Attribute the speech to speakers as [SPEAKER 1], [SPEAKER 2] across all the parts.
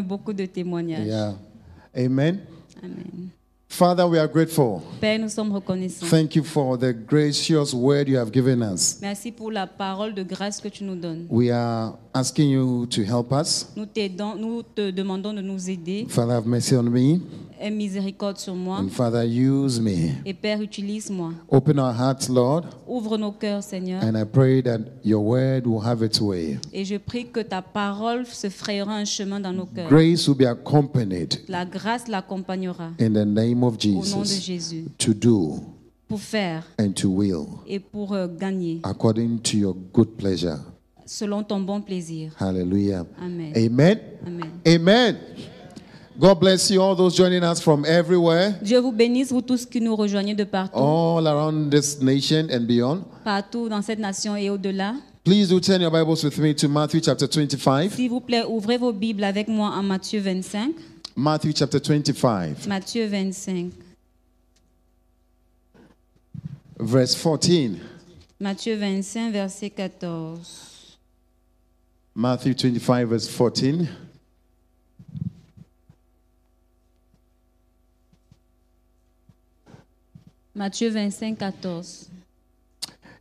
[SPEAKER 1] beaucoup de témoignages.
[SPEAKER 2] Yeah. Amen.
[SPEAKER 1] Amen.
[SPEAKER 2] Father, we are grateful.
[SPEAKER 1] Père, nous sommes reconnaissants.
[SPEAKER 2] Thank you for the gracious word you have given us.
[SPEAKER 1] Merci pour la parole de grâce que tu nous donnes.
[SPEAKER 2] We are asking you to help us.
[SPEAKER 1] Nous, t'aidons- nous te demandons de nous aider.
[SPEAKER 2] Father, have mercy on me.
[SPEAKER 1] Aie miséricorde sur moi.
[SPEAKER 2] And Father, use me.
[SPEAKER 1] Et Père, utilise-moi.
[SPEAKER 2] Open our hearts, Lord.
[SPEAKER 1] Ouvre nos cœurs, Seigneur.
[SPEAKER 2] And I pray that your word will have its way.
[SPEAKER 1] Et je prie que ta parole se frayera un chemin dans nos cœurs.
[SPEAKER 2] Grace will be accompanied
[SPEAKER 1] La grâce l'accompagnera
[SPEAKER 2] in the name of
[SPEAKER 1] au nom de
[SPEAKER 2] Jesus
[SPEAKER 1] Jésus
[SPEAKER 2] to do
[SPEAKER 1] pour faire
[SPEAKER 2] and to will
[SPEAKER 1] et pour euh, gagner
[SPEAKER 2] according to your good pleasure.
[SPEAKER 1] selon ton bon plaisir.
[SPEAKER 2] Hallelujah.
[SPEAKER 1] Amen.
[SPEAKER 2] Amen.
[SPEAKER 1] Amen.
[SPEAKER 2] Amen. God bless you, all those joining us from everywhere,
[SPEAKER 1] Dieu vous bénisse, vous tous qui nous rejoignez de partout,
[SPEAKER 2] all around this nation and beyond.
[SPEAKER 1] partout dans cette nation et au-delà.
[SPEAKER 2] Please do turn your Bibles with me to Matthew chapter 25.
[SPEAKER 1] S'il vous plaît, ouvrez vos Bibles avec moi en Matthieu 25.
[SPEAKER 2] Matthew chapter 25,
[SPEAKER 1] Matthieu 25.
[SPEAKER 2] verse 14.
[SPEAKER 1] Matthieu 25, verset 14.
[SPEAKER 2] Matthew 25, verse 14.
[SPEAKER 1] Matthieu 25, 14.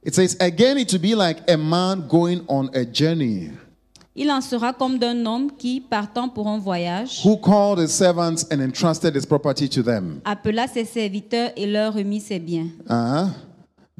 [SPEAKER 2] It says, Again, it will be like a man going on a journey
[SPEAKER 1] Il en sera comme d'un homme qui, partant pour un voyage,
[SPEAKER 2] who called his servants and entrusted his property to them.
[SPEAKER 1] appela ses serviteurs et leur remit ses biens.
[SPEAKER 2] Uh-huh.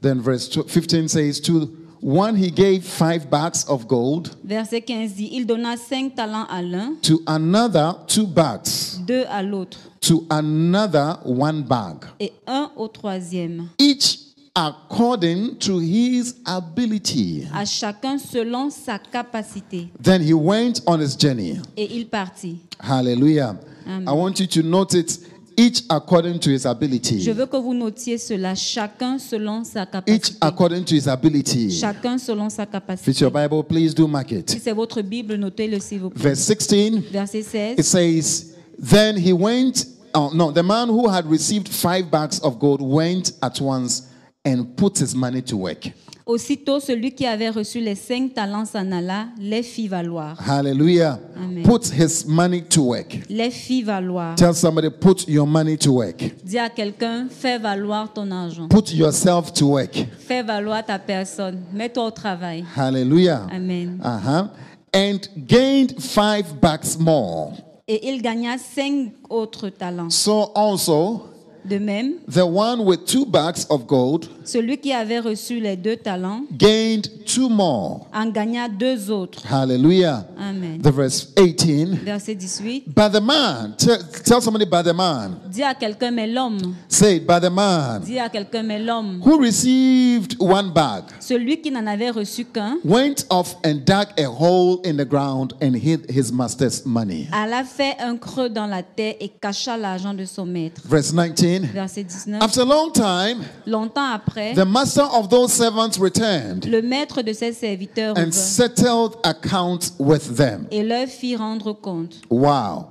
[SPEAKER 2] Then verse tw- 15 says, To one he gave five bags of gold,
[SPEAKER 1] Verset 15 dit, il donna cinq talents à l'un,
[SPEAKER 2] to another two bags,
[SPEAKER 1] deux à l'autre,
[SPEAKER 2] to another one bag,
[SPEAKER 1] et un au troisième,
[SPEAKER 2] each according to his ability.
[SPEAKER 1] à chacun selon sa capacité.
[SPEAKER 2] Then he went on his journey.
[SPEAKER 1] Et il partit.
[SPEAKER 2] Hallelujah.
[SPEAKER 1] Amen.
[SPEAKER 2] I want you to note it each according to his ability.
[SPEAKER 1] Je veux que vous notiez cela, chacun selon sa
[SPEAKER 2] each
[SPEAKER 1] capacité.
[SPEAKER 2] according to his ability.
[SPEAKER 1] Chacun selon sa
[SPEAKER 2] If it's
[SPEAKER 1] capacité.
[SPEAKER 2] your Bible, please do mark
[SPEAKER 1] Si
[SPEAKER 2] it.
[SPEAKER 1] c'est votre Bible, notez-le s'il vous plaît.
[SPEAKER 2] Verse 16,
[SPEAKER 1] Verset 16.
[SPEAKER 2] it says, Then he went, oh, no, the man who had received five bags of gold went at once and put his money to work.
[SPEAKER 1] Aussitôt, celui qui avait reçu les cinq talents s'en alla, les fit valoir.
[SPEAKER 2] Hallelujah.
[SPEAKER 1] Amen.
[SPEAKER 2] Put his money to work.
[SPEAKER 1] Les fit valoir.
[SPEAKER 2] Tell somebody, put your money to work.
[SPEAKER 1] Dis à quelqu'un, fais valoir ton argent.
[SPEAKER 2] Put yourself to work.
[SPEAKER 1] Fais valoir ta personne. Mets-toi au travail.
[SPEAKER 2] Hallelujah.
[SPEAKER 1] Amen.
[SPEAKER 2] Uh huh. And gained five bags more.
[SPEAKER 1] Et il gagna cinq autres talents.
[SPEAKER 2] So also,
[SPEAKER 1] De même,
[SPEAKER 2] the one with two bags of gold
[SPEAKER 1] celui qui avait reçu les deux talents
[SPEAKER 2] gained two more.
[SPEAKER 1] en gagna deux autres.
[SPEAKER 2] Hallelujah.
[SPEAKER 1] Amen.
[SPEAKER 2] The verse 18.
[SPEAKER 1] Verset 18.
[SPEAKER 2] But the man, t- tell somebody by the man,
[SPEAKER 1] Dis à quelqu'un, mais l'homme.
[SPEAKER 2] say it, by the man
[SPEAKER 1] Dis à quelqu'un, mais l'homme.
[SPEAKER 2] who received one bag
[SPEAKER 1] Celui qui n'en avait reçu qu'un
[SPEAKER 2] went off and dug a hole in the ground and hid his master's money.
[SPEAKER 1] alla fait un creux dans la terre et cacha l'argent de son maître.
[SPEAKER 2] Verse 19.
[SPEAKER 1] Verset 19.
[SPEAKER 2] After a long time,
[SPEAKER 1] Longtemps après,
[SPEAKER 2] the master of those servants returned
[SPEAKER 1] le maître de ses serviteurs
[SPEAKER 2] and
[SPEAKER 1] revint
[SPEAKER 2] settled accounts with them.
[SPEAKER 1] et leur fit rendre compte.
[SPEAKER 2] Wow.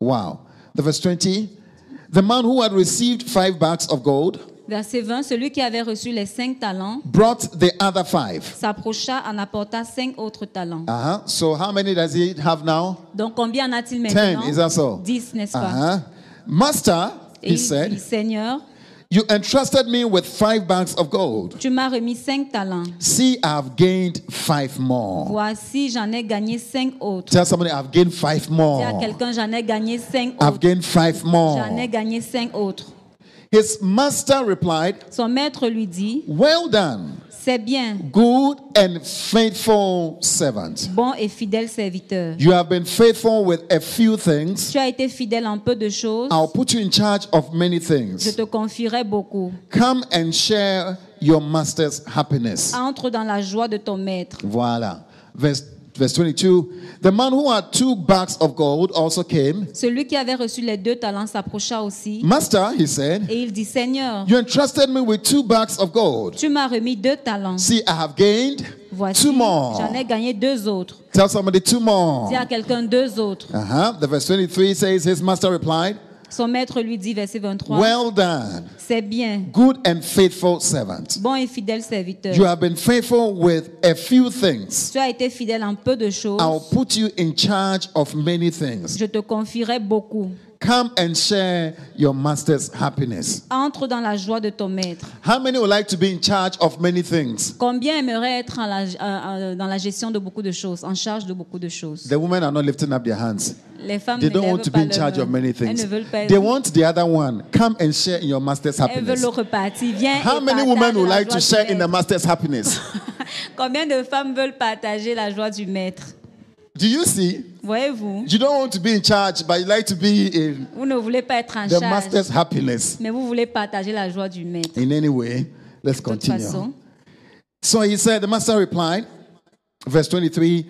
[SPEAKER 2] Wow. The verse 20. The man who had received five bags of gold
[SPEAKER 1] Verset 20. Celui qui avait reçu les cinq talents
[SPEAKER 2] brought the other five.
[SPEAKER 1] s'approcha en apporta cinq autres talents.
[SPEAKER 2] Uh-huh. So how many does he have now?
[SPEAKER 1] Donc combien en a-t-il
[SPEAKER 2] Ten.
[SPEAKER 1] maintenant
[SPEAKER 2] Is that so?
[SPEAKER 1] Dix, n'est-ce pas
[SPEAKER 2] Uh-huh. Master,
[SPEAKER 1] Et
[SPEAKER 2] he
[SPEAKER 1] il dit,
[SPEAKER 2] said,
[SPEAKER 1] Seigneur,
[SPEAKER 2] you entrusted me with five bags of gold.
[SPEAKER 1] tu m'as remis cinq talents.
[SPEAKER 2] See, I've gained five more.
[SPEAKER 1] Voici, j'en ai gagné cinq autres.
[SPEAKER 2] Tell somebody, I've gained
[SPEAKER 1] Dis à
[SPEAKER 2] five more.
[SPEAKER 1] quelqu'un, j'en ai gagné cinq
[SPEAKER 2] I've
[SPEAKER 1] autres.
[SPEAKER 2] gained five
[SPEAKER 1] J'en ai
[SPEAKER 2] more.
[SPEAKER 1] gagné cinq autres.
[SPEAKER 2] His master replied,
[SPEAKER 1] Son maître lui dit,
[SPEAKER 2] Well done,
[SPEAKER 1] c'est bien,
[SPEAKER 2] good and faithful servant.
[SPEAKER 1] bon et fidèle serviteur.
[SPEAKER 2] You have been faithful with a few things.
[SPEAKER 1] Tu as été fidèle en peu de choses,
[SPEAKER 2] I'll put you in charge of many
[SPEAKER 1] je
[SPEAKER 2] things.
[SPEAKER 1] te confierai beaucoup.
[SPEAKER 2] Come and share your master's happiness.
[SPEAKER 1] Entre dans la joie de ton maître.
[SPEAKER 2] Voila. Verse, verse 22. The man who had two bags of gold also came.
[SPEAKER 1] Celui qui avait reçu les deux talents s'approcha aussi
[SPEAKER 2] Master, he said,
[SPEAKER 1] et il dit, Seigneur,
[SPEAKER 2] you entrusted me with two bags of gold.
[SPEAKER 1] tu m'as remis deux talents.
[SPEAKER 2] See, I have gained
[SPEAKER 1] Voici,
[SPEAKER 2] two more.
[SPEAKER 1] j'en ai gagné deux autres.
[SPEAKER 2] Tell somebody two more.
[SPEAKER 1] Dis à quelqu'un deux autres.
[SPEAKER 2] Uh-huh. The verse 23 says, his master replied,
[SPEAKER 1] Son maître lui dit, verset 23,
[SPEAKER 2] Well done,
[SPEAKER 1] c'est bien,
[SPEAKER 2] good and faithful servant.
[SPEAKER 1] bon et fidèle serviteur.
[SPEAKER 2] You have been faithful with a few things.
[SPEAKER 1] Tu as été fidèle en peu de choses.
[SPEAKER 2] I'll put you in charge of many things.
[SPEAKER 1] Je te confierai beaucoup.
[SPEAKER 2] Come and share your master's happiness.
[SPEAKER 1] Entre dans la joie de ton maître.
[SPEAKER 2] How many would like to be in charge of many things?
[SPEAKER 1] Combien aimerait être en la- euh, euh, dans la gestion de beaucoup de choses, en charge de beaucoup de choses
[SPEAKER 2] The women are not lifting up their hands.
[SPEAKER 1] Les femmes
[SPEAKER 2] Mm, They
[SPEAKER 1] ne
[SPEAKER 2] don't
[SPEAKER 1] lèvent
[SPEAKER 2] want to
[SPEAKER 1] pas
[SPEAKER 2] be in
[SPEAKER 1] leurs
[SPEAKER 2] charge
[SPEAKER 1] mains.
[SPEAKER 2] of many
[SPEAKER 1] Elles
[SPEAKER 2] things.
[SPEAKER 1] ne veulent pas
[SPEAKER 2] They
[SPEAKER 1] être.
[SPEAKER 2] want the other one. Come and share in your master's
[SPEAKER 1] Elles veulent
[SPEAKER 2] happiness.
[SPEAKER 1] l'autre partie. Viens
[SPEAKER 2] How
[SPEAKER 1] et
[SPEAKER 2] many
[SPEAKER 1] partage
[SPEAKER 2] women would
[SPEAKER 1] la
[SPEAKER 2] like
[SPEAKER 1] joie
[SPEAKER 2] to
[SPEAKER 1] du
[SPEAKER 2] share in the
[SPEAKER 1] maître.
[SPEAKER 2] master's happiness?
[SPEAKER 1] Combien de femmes veulent partager la joie du maître
[SPEAKER 2] Do you see?
[SPEAKER 1] Voyez-vous,
[SPEAKER 2] You don't want to be in charge, but you like to be in
[SPEAKER 1] vous ne voulez pas être en
[SPEAKER 2] the
[SPEAKER 1] charge,
[SPEAKER 2] master's happiness.
[SPEAKER 1] mais vous voulez partager la joie du maître.
[SPEAKER 2] In any way, let's
[SPEAKER 1] De toute
[SPEAKER 2] continue.
[SPEAKER 1] façon,
[SPEAKER 2] So he said, the master replied, verse 23,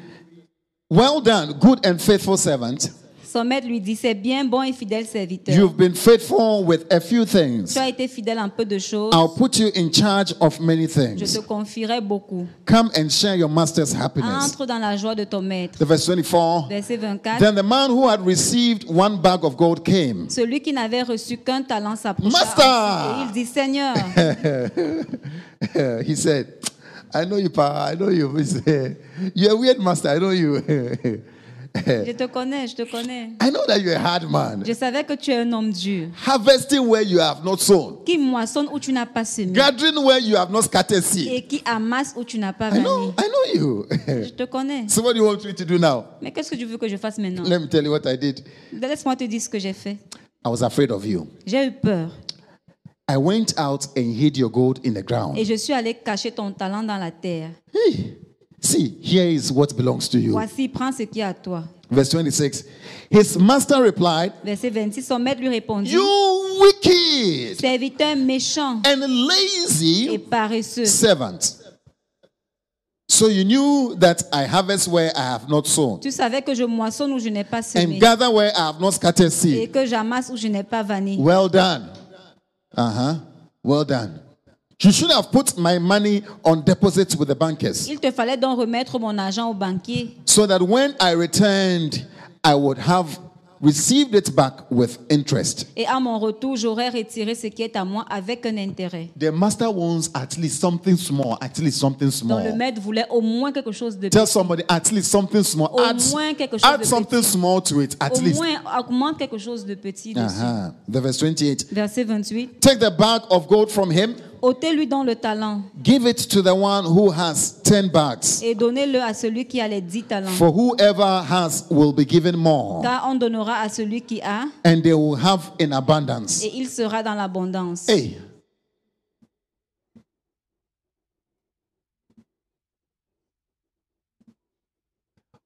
[SPEAKER 2] Well done, good and faithful servant.
[SPEAKER 1] son maître lui dit, c'est bien, bon et fidèle serviteur.
[SPEAKER 2] You've been faithful with a few things.
[SPEAKER 1] Tu as été fidèle en peu de choses,
[SPEAKER 2] I'll put you in charge of many
[SPEAKER 1] je
[SPEAKER 2] things.
[SPEAKER 1] te confierai beaucoup.
[SPEAKER 2] Come and share your master's happiness.
[SPEAKER 1] Entre dans la joie de ton maître.
[SPEAKER 2] The verse 24.
[SPEAKER 1] Verset 24.
[SPEAKER 2] Then the man who had received one bag of gold came.
[SPEAKER 1] Celui qui n'avait reçu qu'un talent s'approcha
[SPEAKER 2] Master!
[SPEAKER 1] ainsi et il dit, Seigneur,
[SPEAKER 2] Uh, he said, I know you, Pa. I know you. He said, You're a weird master. I know you.
[SPEAKER 1] je te connais, je te connais.
[SPEAKER 2] I know that you're a hard man.
[SPEAKER 1] Je savais que tu es un homme dur,
[SPEAKER 2] Harvesting where you have not sown,
[SPEAKER 1] qui moissonne où tu n'as pas semé
[SPEAKER 2] gathering where you have not scattered seed.
[SPEAKER 1] et qui amasse où tu n'as pas
[SPEAKER 2] I
[SPEAKER 1] vanné.
[SPEAKER 2] know, I know you.
[SPEAKER 1] Je te connais.
[SPEAKER 2] so, what do you want me to do now?
[SPEAKER 1] Mais qu'est-ce que tu veux que je fasse maintenant
[SPEAKER 2] Let me tell you what I did.
[SPEAKER 1] Laisse-moi te dire ce que j'ai fait.
[SPEAKER 2] I was afraid of you.
[SPEAKER 1] J'ai eu peur
[SPEAKER 2] I went out and hid your gold in the ground.
[SPEAKER 1] et je suis allé cacher ton talent dans la terre.
[SPEAKER 2] Hey, see, here is what belongs to you.
[SPEAKER 1] Voici, prends ce qui est à toi.
[SPEAKER 2] Verse 26. His master replied,
[SPEAKER 1] Verset 26, son maître lui répondit
[SPEAKER 2] You wicked
[SPEAKER 1] Serviteur méchant
[SPEAKER 2] and
[SPEAKER 1] et
[SPEAKER 2] lazy
[SPEAKER 1] paresseux.
[SPEAKER 2] servant. So you knew that I harvest where I have not sown,
[SPEAKER 1] Tu savais que je moissonne où je n'ai pas semé
[SPEAKER 2] and gather where I have not scattered
[SPEAKER 1] et
[SPEAKER 2] seed.
[SPEAKER 1] que j'amasse où je n'ai pas vanné.
[SPEAKER 2] Well done. Uh huh. Well done. You should have put my money on deposits with the bankers
[SPEAKER 1] Il te fallait donc remettre mon argent au banquier
[SPEAKER 2] so that when I returned, I would have received it back with interest.
[SPEAKER 1] et à mon retour, j'aurais retiré ce qui est à moi avec un intérêt.
[SPEAKER 2] The master wants at least something small, at least something
[SPEAKER 1] Donc le
[SPEAKER 2] small.
[SPEAKER 1] maître voulait au moins quelque chose de
[SPEAKER 2] Tell somebody at least something small.
[SPEAKER 1] Au
[SPEAKER 2] Add,
[SPEAKER 1] moins quelque chose
[SPEAKER 2] add
[SPEAKER 1] de
[SPEAKER 2] something small to it, at
[SPEAKER 1] Au
[SPEAKER 2] least.
[SPEAKER 1] moins, augmente quelque chose de petit dessus.
[SPEAKER 2] Uh-huh. The verse 28.
[SPEAKER 1] Verset 28.
[SPEAKER 2] Take the bag of gold from him,
[SPEAKER 1] ôtez-lui donc le talent
[SPEAKER 2] give it to the one who has 10 bags.
[SPEAKER 1] et donnez-le à celui qui a les dix talents.
[SPEAKER 2] For whoever has will be given more,
[SPEAKER 1] Car on donnera à celui qui a
[SPEAKER 2] and they will have in abundance.
[SPEAKER 1] et il sera dans l'abondance.
[SPEAKER 2] Hey.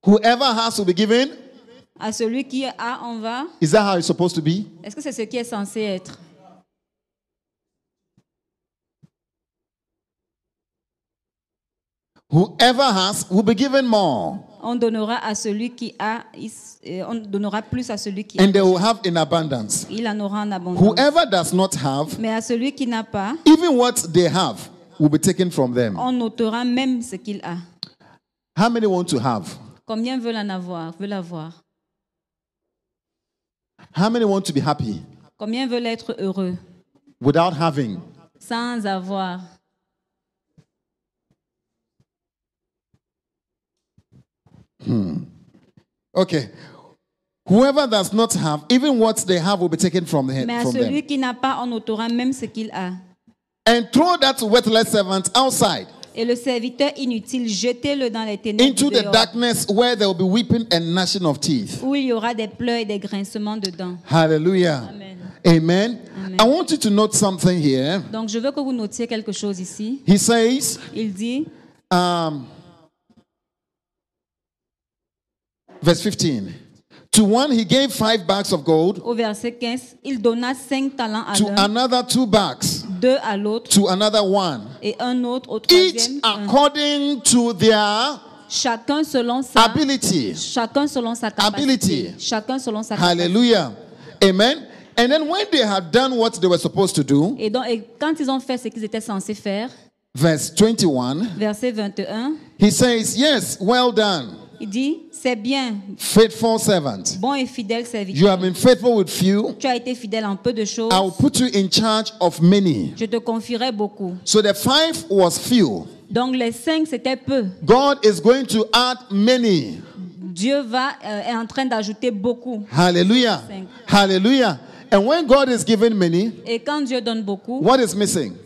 [SPEAKER 2] Whoever has will be given.
[SPEAKER 1] À celui qui a, on va.
[SPEAKER 2] Is that how it's supposed to be?
[SPEAKER 1] Est-ce que c'est ce qui est censé être
[SPEAKER 2] Whoever has will be given more,
[SPEAKER 1] On donnera à celui qui a, il s- euh, on donnera plus à celui qui a.
[SPEAKER 2] and they will have in abundance.
[SPEAKER 1] Il en aura en abondance.
[SPEAKER 2] Whoever does not have,
[SPEAKER 1] Mais à celui qui n'a pas,
[SPEAKER 2] even what they have will be taken from them.
[SPEAKER 1] on notera même ce qu'il a.
[SPEAKER 2] How many want to have?
[SPEAKER 1] Combien veulent en avoir, veulent avoir
[SPEAKER 2] How many want to be happy
[SPEAKER 1] Combien veulent être heureux
[SPEAKER 2] without having?
[SPEAKER 1] sans avoir
[SPEAKER 2] Okay. Whoever does not have, even what they have will be taken from, the,
[SPEAKER 1] Mais à
[SPEAKER 2] from them.
[SPEAKER 1] celui qui n'a pas, on notera même ce qu'il a.
[SPEAKER 2] And throw that worthless servant outside
[SPEAKER 1] Et le serviteur inutile, jetez-le dans les ténèbres
[SPEAKER 2] into the
[SPEAKER 1] dehors,
[SPEAKER 2] darkness where there will be weeping and gnashing of teeth.
[SPEAKER 1] où il y aura des pleurs et des grincements dedans.
[SPEAKER 2] Hallelujah.
[SPEAKER 1] Amen.
[SPEAKER 2] Amen. I want you to note something here.
[SPEAKER 1] Donc je veux que vous notiez quelque chose ici.
[SPEAKER 2] He says,
[SPEAKER 1] Il dit,
[SPEAKER 2] um, verse 15 to one he gave five bags of gold
[SPEAKER 1] au verset 15, il donna cinq talents à
[SPEAKER 2] to
[SPEAKER 1] l'un,
[SPEAKER 2] another two bags
[SPEAKER 1] deux à l'autre
[SPEAKER 2] to another one
[SPEAKER 1] et un autre au
[SPEAKER 2] each
[SPEAKER 1] troisième. un.
[SPEAKER 2] according to their
[SPEAKER 1] Chacun selon sa
[SPEAKER 2] ability
[SPEAKER 1] chacun selon sa capacité.
[SPEAKER 2] Ability.
[SPEAKER 1] Chacun selon sa capacité.
[SPEAKER 2] hallelujah amen and then when they had done what they were supposed to do
[SPEAKER 1] Et donc et quand ils ont fait ce qu'ils étaient censés faire,
[SPEAKER 2] verse 21
[SPEAKER 1] verset 21,
[SPEAKER 2] he says yes well done
[SPEAKER 1] Il dit, c'est bien,
[SPEAKER 2] Faithful servant.
[SPEAKER 1] bon et fidèle
[SPEAKER 2] You
[SPEAKER 1] serviteur.
[SPEAKER 2] have been faithful with few.
[SPEAKER 1] Tu as été fidèle en peu de choses.
[SPEAKER 2] I will put you in charge of many.
[SPEAKER 1] Je te confierai beaucoup.
[SPEAKER 2] So the five was few.
[SPEAKER 1] Donc les cinq, c'était peu.
[SPEAKER 2] God is going to add many.
[SPEAKER 1] Dieu va, euh, est en train d'ajouter beaucoup.
[SPEAKER 2] Hallelujah.
[SPEAKER 1] Cinq.
[SPEAKER 2] Hallelujah. And when God is giving many,
[SPEAKER 1] Et quand Dieu donne beaucoup,
[SPEAKER 2] what is missing?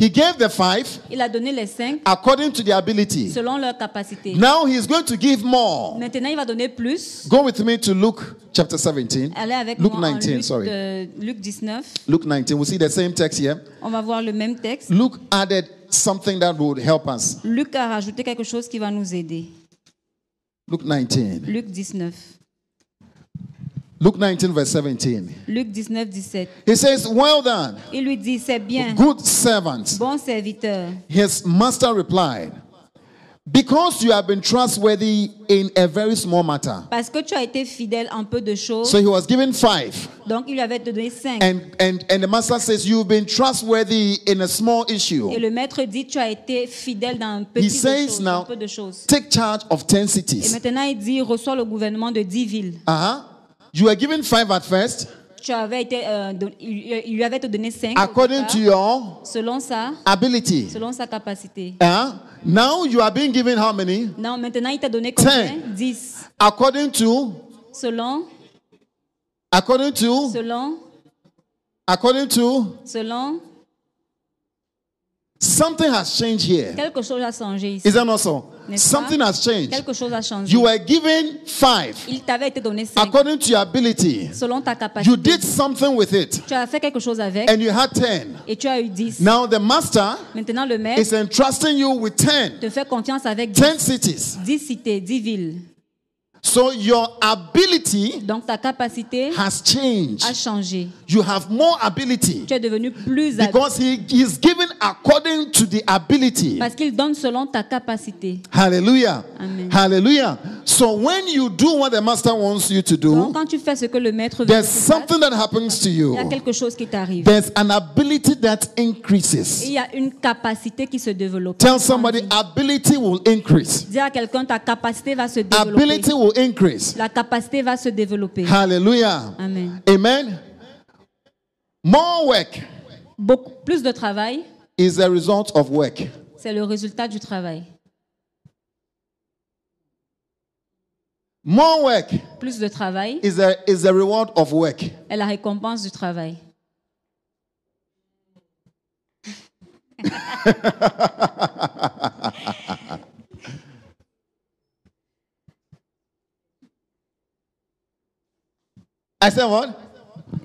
[SPEAKER 2] He gave the five
[SPEAKER 1] il a donné les cinq
[SPEAKER 2] according to their ability.
[SPEAKER 1] selon leur capacité.
[SPEAKER 2] Now he is going to give more.
[SPEAKER 1] Maintenant, il va donner plus.
[SPEAKER 2] Go with me to Luke chapter 17.
[SPEAKER 1] Allez avec
[SPEAKER 2] Luke
[SPEAKER 1] moi en
[SPEAKER 2] 19,
[SPEAKER 1] Luc,
[SPEAKER 2] sorry.
[SPEAKER 1] euh, Luc 19.
[SPEAKER 2] Luke 19. We see the same text here.
[SPEAKER 1] On va voir le même texte.
[SPEAKER 2] Luke added something that would help us.
[SPEAKER 1] Luc a rajouté quelque chose qui va nous aider.
[SPEAKER 2] Luke 19.
[SPEAKER 1] Luc 19.
[SPEAKER 2] Luke 19, verse 17.
[SPEAKER 1] Luc 19, 17.
[SPEAKER 2] He says, Well done,
[SPEAKER 1] Il lui dit, c'est bien,
[SPEAKER 2] good servant.
[SPEAKER 1] bon serviteur.
[SPEAKER 2] His master replied, Because you have been trustworthy in a very small matter.
[SPEAKER 1] Parce que tu as été fidèle en peu de choses,
[SPEAKER 2] So he was given five.
[SPEAKER 1] donc il lui avait te donné cinq.
[SPEAKER 2] And, and, and the master says, You've been trustworthy in a small
[SPEAKER 1] Et
[SPEAKER 2] issue.
[SPEAKER 1] le maître dit, tu as été fidèle dans un
[SPEAKER 2] He
[SPEAKER 1] petit de
[SPEAKER 2] says
[SPEAKER 1] choses,
[SPEAKER 2] now,
[SPEAKER 1] un peu de choses.
[SPEAKER 2] Take charge of 10
[SPEAKER 1] Et
[SPEAKER 2] cities.
[SPEAKER 1] maintenant, il dit, reçois le gouvernement de dix villes.
[SPEAKER 2] Uh-huh. You were given five at first,
[SPEAKER 1] Tu avais été, euh, don- il il lui avait te donné cinq. au
[SPEAKER 2] according
[SPEAKER 1] départ,
[SPEAKER 2] to your
[SPEAKER 1] selon ça,
[SPEAKER 2] ability.
[SPEAKER 1] selon sa capacité.
[SPEAKER 2] Uh-huh. Now you are being given how many?
[SPEAKER 1] Non, maintenant, il t'a donné combien
[SPEAKER 2] Ten.
[SPEAKER 1] Dix.
[SPEAKER 2] According to,
[SPEAKER 1] Selon,
[SPEAKER 2] according to,
[SPEAKER 1] selon,
[SPEAKER 2] according to,
[SPEAKER 1] selon.
[SPEAKER 2] something has changed here.
[SPEAKER 1] Quelque chose a changé ici.
[SPEAKER 2] Is that not so?
[SPEAKER 1] N'est-ce pas?
[SPEAKER 2] Something has changed.
[SPEAKER 1] Quelque chose a changé.
[SPEAKER 2] You were given five
[SPEAKER 1] Il t'avait été donné cinq.
[SPEAKER 2] according to your ability.
[SPEAKER 1] Selon ta capacité.
[SPEAKER 2] You did something with it,
[SPEAKER 1] Tu as fait quelque chose avec
[SPEAKER 2] and you had ten.
[SPEAKER 1] et tu as eu 10.
[SPEAKER 2] Now the master
[SPEAKER 1] Maintenant, le maire
[SPEAKER 2] is entrusting you with ten,
[SPEAKER 1] te fait confiance avec 10,
[SPEAKER 2] ten cities.
[SPEAKER 1] cités, 10 villes.
[SPEAKER 2] So your ability
[SPEAKER 1] Donc, ta capacité
[SPEAKER 2] has changed.
[SPEAKER 1] a changé.
[SPEAKER 2] You have more ability
[SPEAKER 1] Tu es devenu plus habile
[SPEAKER 2] because he is given according to the ability.
[SPEAKER 1] parce qu'il donne selon ta capacité.
[SPEAKER 2] Hallelujah.
[SPEAKER 1] Amen.
[SPEAKER 2] Hallelujah. So when you do what the master wants you to
[SPEAKER 1] Donc,
[SPEAKER 2] do,
[SPEAKER 1] quand tu fais ce que le maître veut, que tu
[SPEAKER 2] there's
[SPEAKER 1] fasses,
[SPEAKER 2] something that happens to
[SPEAKER 1] il y a
[SPEAKER 2] you.
[SPEAKER 1] quelque chose qui t'arrive.
[SPEAKER 2] There's an ability that increases.
[SPEAKER 1] Il y a une capacité qui se développe.
[SPEAKER 2] Tell somebody ability will increase.
[SPEAKER 1] Dis à quelqu'un, ta capacité va se développer.
[SPEAKER 2] Ability will increase.
[SPEAKER 1] La capacité va se développer.
[SPEAKER 2] Hallelujah.
[SPEAKER 1] Amen.
[SPEAKER 2] Amen. More work
[SPEAKER 1] Beaucoup plus de travail,
[SPEAKER 2] is the result of work.
[SPEAKER 1] c'est le résultat du travail.
[SPEAKER 2] More work
[SPEAKER 1] Plus de travail
[SPEAKER 2] is the, is the reward of work.
[SPEAKER 1] est la récompense du travail.
[SPEAKER 2] I said what?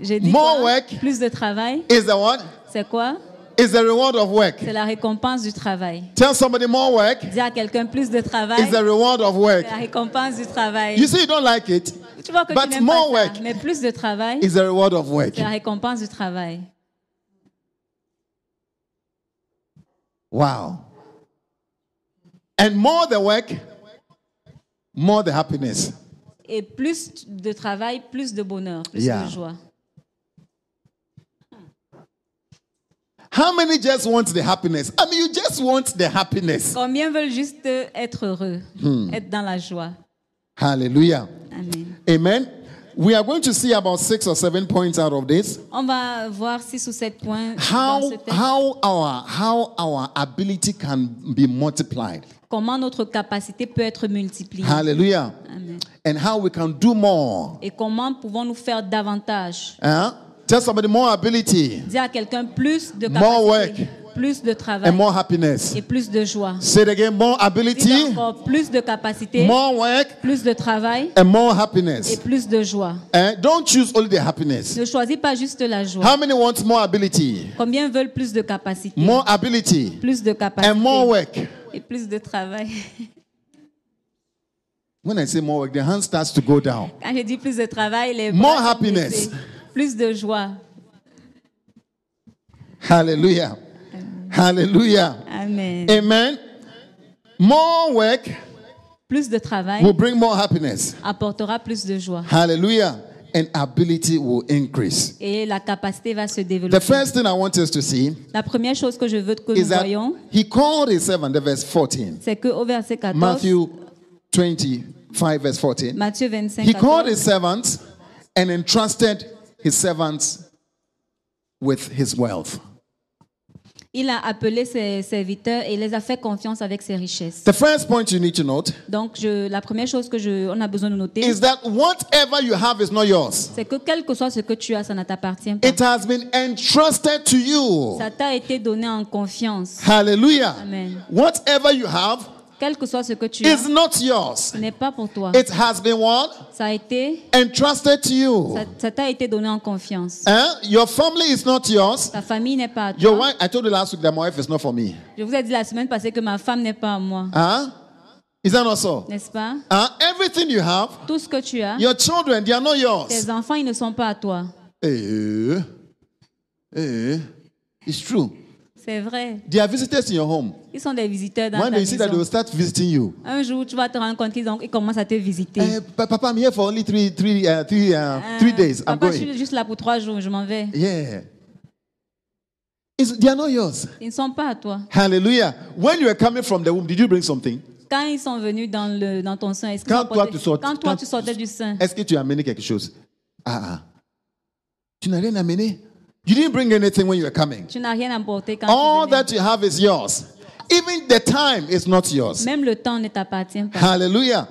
[SPEAKER 1] J'ai dit
[SPEAKER 2] More
[SPEAKER 1] quoi?
[SPEAKER 2] work.
[SPEAKER 1] plus de travail.
[SPEAKER 2] Is the what?
[SPEAKER 1] C'est quoi
[SPEAKER 2] Is the reward of work.
[SPEAKER 1] C'est la récompense du travail.
[SPEAKER 2] Tell somebody more work
[SPEAKER 1] Dis à quelqu'un plus de travail.
[SPEAKER 2] is the reward of work.
[SPEAKER 1] C'est la récompense du travail.
[SPEAKER 2] You see, you don't like it.
[SPEAKER 1] tu vois que
[SPEAKER 2] but
[SPEAKER 1] tu n'aimes
[SPEAKER 2] more
[SPEAKER 1] pas ça,
[SPEAKER 2] work.
[SPEAKER 1] mais plus de travail,
[SPEAKER 2] Is the reward of work.
[SPEAKER 1] c'est la récompense du travail.
[SPEAKER 2] Wow. And more the work, more the happiness.
[SPEAKER 1] Et plus de travail, plus de bonheur, plus
[SPEAKER 2] Yeah.
[SPEAKER 1] de joie.
[SPEAKER 2] How many just want the happiness? I mean, you just want the happiness.
[SPEAKER 1] Combien veulent juste être heureux,
[SPEAKER 2] Hmm.
[SPEAKER 1] être dans la joie.
[SPEAKER 2] Hallelujah.
[SPEAKER 1] Amen.
[SPEAKER 2] Amen. We are going to see about six or seven points out of this.
[SPEAKER 1] On va voir six ou sept points dans ce
[SPEAKER 2] How,
[SPEAKER 1] texte.
[SPEAKER 2] how, our, how our ability can be multiplied.
[SPEAKER 1] Comment notre capacité peut être multipliée.
[SPEAKER 2] Hallelujah.
[SPEAKER 1] Amen.
[SPEAKER 2] And how we can do more.
[SPEAKER 1] Et comment pouvons-nous faire davantage
[SPEAKER 2] Huh? Tell somebody more ability
[SPEAKER 1] Dis à quelqu'un plus de
[SPEAKER 2] More
[SPEAKER 1] capacité, plus de travail
[SPEAKER 2] and more happiness.
[SPEAKER 1] et plus de joie.
[SPEAKER 2] Say it again more
[SPEAKER 1] Dis
[SPEAKER 2] ability,
[SPEAKER 1] encore plus de capacité,
[SPEAKER 2] more work,
[SPEAKER 1] plus de travail
[SPEAKER 2] and more
[SPEAKER 1] et
[SPEAKER 2] happiness.
[SPEAKER 1] plus de joie.
[SPEAKER 2] Eh? Don't choose only the happiness.
[SPEAKER 1] Ne choisis pas juste la joie.
[SPEAKER 2] How many want more ability?
[SPEAKER 1] Combien veulent plus de capacité,
[SPEAKER 2] More ability
[SPEAKER 1] plus de
[SPEAKER 2] and more
[SPEAKER 1] capacité
[SPEAKER 2] work.
[SPEAKER 1] et plus de travail.
[SPEAKER 2] When I say more work, the hand starts to go down.
[SPEAKER 1] Quand je dis plus de travail, les
[SPEAKER 2] More
[SPEAKER 1] bras sont
[SPEAKER 2] happiness.
[SPEAKER 1] baissés. plus de joie.
[SPEAKER 2] Hallelujah. Hallelujah.
[SPEAKER 1] Amen.
[SPEAKER 2] Amen. More work
[SPEAKER 1] Plus de travail
[SPEAKER 2] will bring more happiness.
[SPEAKER 1] apportera plus de joie
[SPEAKER 2] Hallelujah. And ability will increase.
[SPEAKER 1] et la capacité va se
[SPEAKER 2] The
[SPEAKER 1] développer.
[SPEAKER 2] first thing I want us to see
[SPEAKER 1] La première chose que je veux que nous
[SPEAKER 2] is that
[SPEAKER 1] voyons,
[SPEAKER 2] he called his servant, the verse 14.
[SPEAKER 1] c'est que au verset 14,
[SPEAKER 2] Matthew 20, 5 verse 14.
[SPEAKER 1] Matthieu 25.
[SPEAKER 2] He called
[SPEAKER 1] 14.
[SPEAKER 2] his servants and entrusted his servants with his wealth.
[SPEAKER 1] Il a appelé ses serviteurs et les a fait confiance avec ses richesses.
[SPEAKER 2] The first point you need to note
[SPEAKER 1] Donc, je- la première chose que je, on a besoin de noter,
[SPEAKER 2] is that whatever you have is not yours.
[SPEAKER 1] c'est que quel que soit ce que tu as, ça ne t'appartient pas.
[SPEAKER 2] It has been entrusted to you.
[SPEAKER 1] Ça t'a été donné en confiance.
[SPEAKER 2] Hallelujah.
[SPEAKER 1] Amen.
[SPEAKER 2] Whatever you have
[SPEAKER 1] Quel que soit ce que tu
[SPEAKER 2] is
[SPEAKER 1] as,
[SPEAKER 2] not yours.
[SPEAKER 1] ce n'est pas pour toi.
[SPEAKER 2] It has been what?
[SPEAKER 1] Ça a été,
[SPEAKER 2] Entrusted to
[SPEAKER 1] ça
[SPEAKER 2] you.
[SPEAKER 1] ça t'a été donné en confiance.
[SPEAKER 2] Hein? Your family is not yours.
[SPEAKER 1] Ta famille n'est pas à
[SPEAKER 2] Your
[SPEAKER 1] toi.
[SPEAKER 2] wife, I told you last week that my wife is not for me.
[SPEAKER 1] Je vous ai dit la semaine passée que ma femme n'est pas à moi,
[SPEAKER 2] Huh? Is that not so?
[SPEAKER 1] n'est-ce pas?
[SPEAKER 2] Huh? Everything you have,
[SPEAKER 1] Tout ce que tu as,
[SPEAKER 2] your children, they are not yours.
[SPEAKER 1] tes enfants, ils ne sont pas à toi.
[SPEAKER 2] Eh, eh, it's true.
[SPEAKER 1] C'est vrai.
[SPEAKER 2] They are visitors in your home.
[SPEAKER 1] Ils sont des visiteurs dans
[SPEAKER 2] One
[SPEAKER 1] ta
[SPEAKER 2] day you see that they will
[SPEAKER 1] maison.
[SPEAKER 2] start visiting you.
[SPEAKER 1] Un jour, tu vas te rendre compte qu'ils ont- ils commencent à te visiter.
[SPEAKER 2] Eh, pa- Papa, I'm here for only three, three, uh, three, uh, three
[SPEAKER 1] Euh,
[SPEAKER 2] days. I'm
[SPEAKER 1] papa, je
[SPEAKER 2] going.
[SPEAKER 1] suis juste là pour trois jours, je m'en vais.
[SPEAKER 2] Yeah. It's, they are not yours.
[SPEAKER 1] Ils ne sont pas à toi.
[SPEAKER 2] Hallelujah. When you were coming from the womb, did you bring something?
[SPEAKER 1] Quand ils sont venus dans, le, dans ton sein, est-ce qu'ils
[SPEAKER 2] Quand
[SPEAKER 1] ont
[SPEAKER 2] toi,
[SPEAKER 1] porté-
[SPEAKER 2] tu sortais-
[SPEAKER 1] quand toi,
[SPEAKER 2] quand-
[SPEAKER 1] tu
[SPEAKER 2] Eh.
[SPEAKER 1] sortais du sein,
[SPEAKER 2] Est-ce que tu as amené quelque chose? Ah, ah. Tu n'as rien amené. You didn't bring anything when you were coming.
[SPEAKER 1] tu n'as rien apporté quand
[SPEAKER 2] All
[SPEAKER 1] tu venais.
[SPEAKER 2] that you have is yours. Even the time is not yours.
[SPEAKER 1] Même le temps ne t'appartient pas.
[SPEAKER 2] Hallelujah.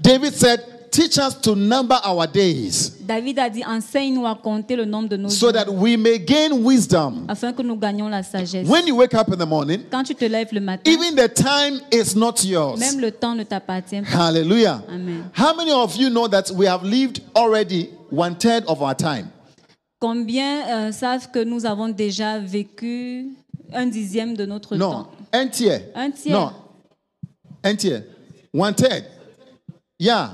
[SPEAKER 2] David said, Teach us to number our days
[SPEAKER 1] David a dit Enseigne-nous à compter le nombre de nos
[SPEAKER 2] so
[SPEAKER 1] jours
[SPEAKER 2] that we may gain wisdom.
[SPEAKER 1] afin que nous gagnions la sagesse.
[SPEAKER 2] When you wake up in the morning,
[SPEAKER 1] Quand tu te lèves le matin,
[SPEAKER 2] even the time is not yours.
[SPEAKER 1] même le temps ne t'appartient pas.
[SPEAKER 2] Hallelujah.
[SPEAKER 1] Amen.
[SPEAKER 2] How many of you know that we have lived already one third of our time?
[SPEAKER 1] Combien euh, savent que nous avons déjà vécu un dixième de notre
[SPEAKER 2] No,
[SPEAKER 1] temps
[SPEAKER 2] un tiers.
[SPEAKER 1] Un tiers.
[SPEAKER 2] No, un tiers. One third. Yeah.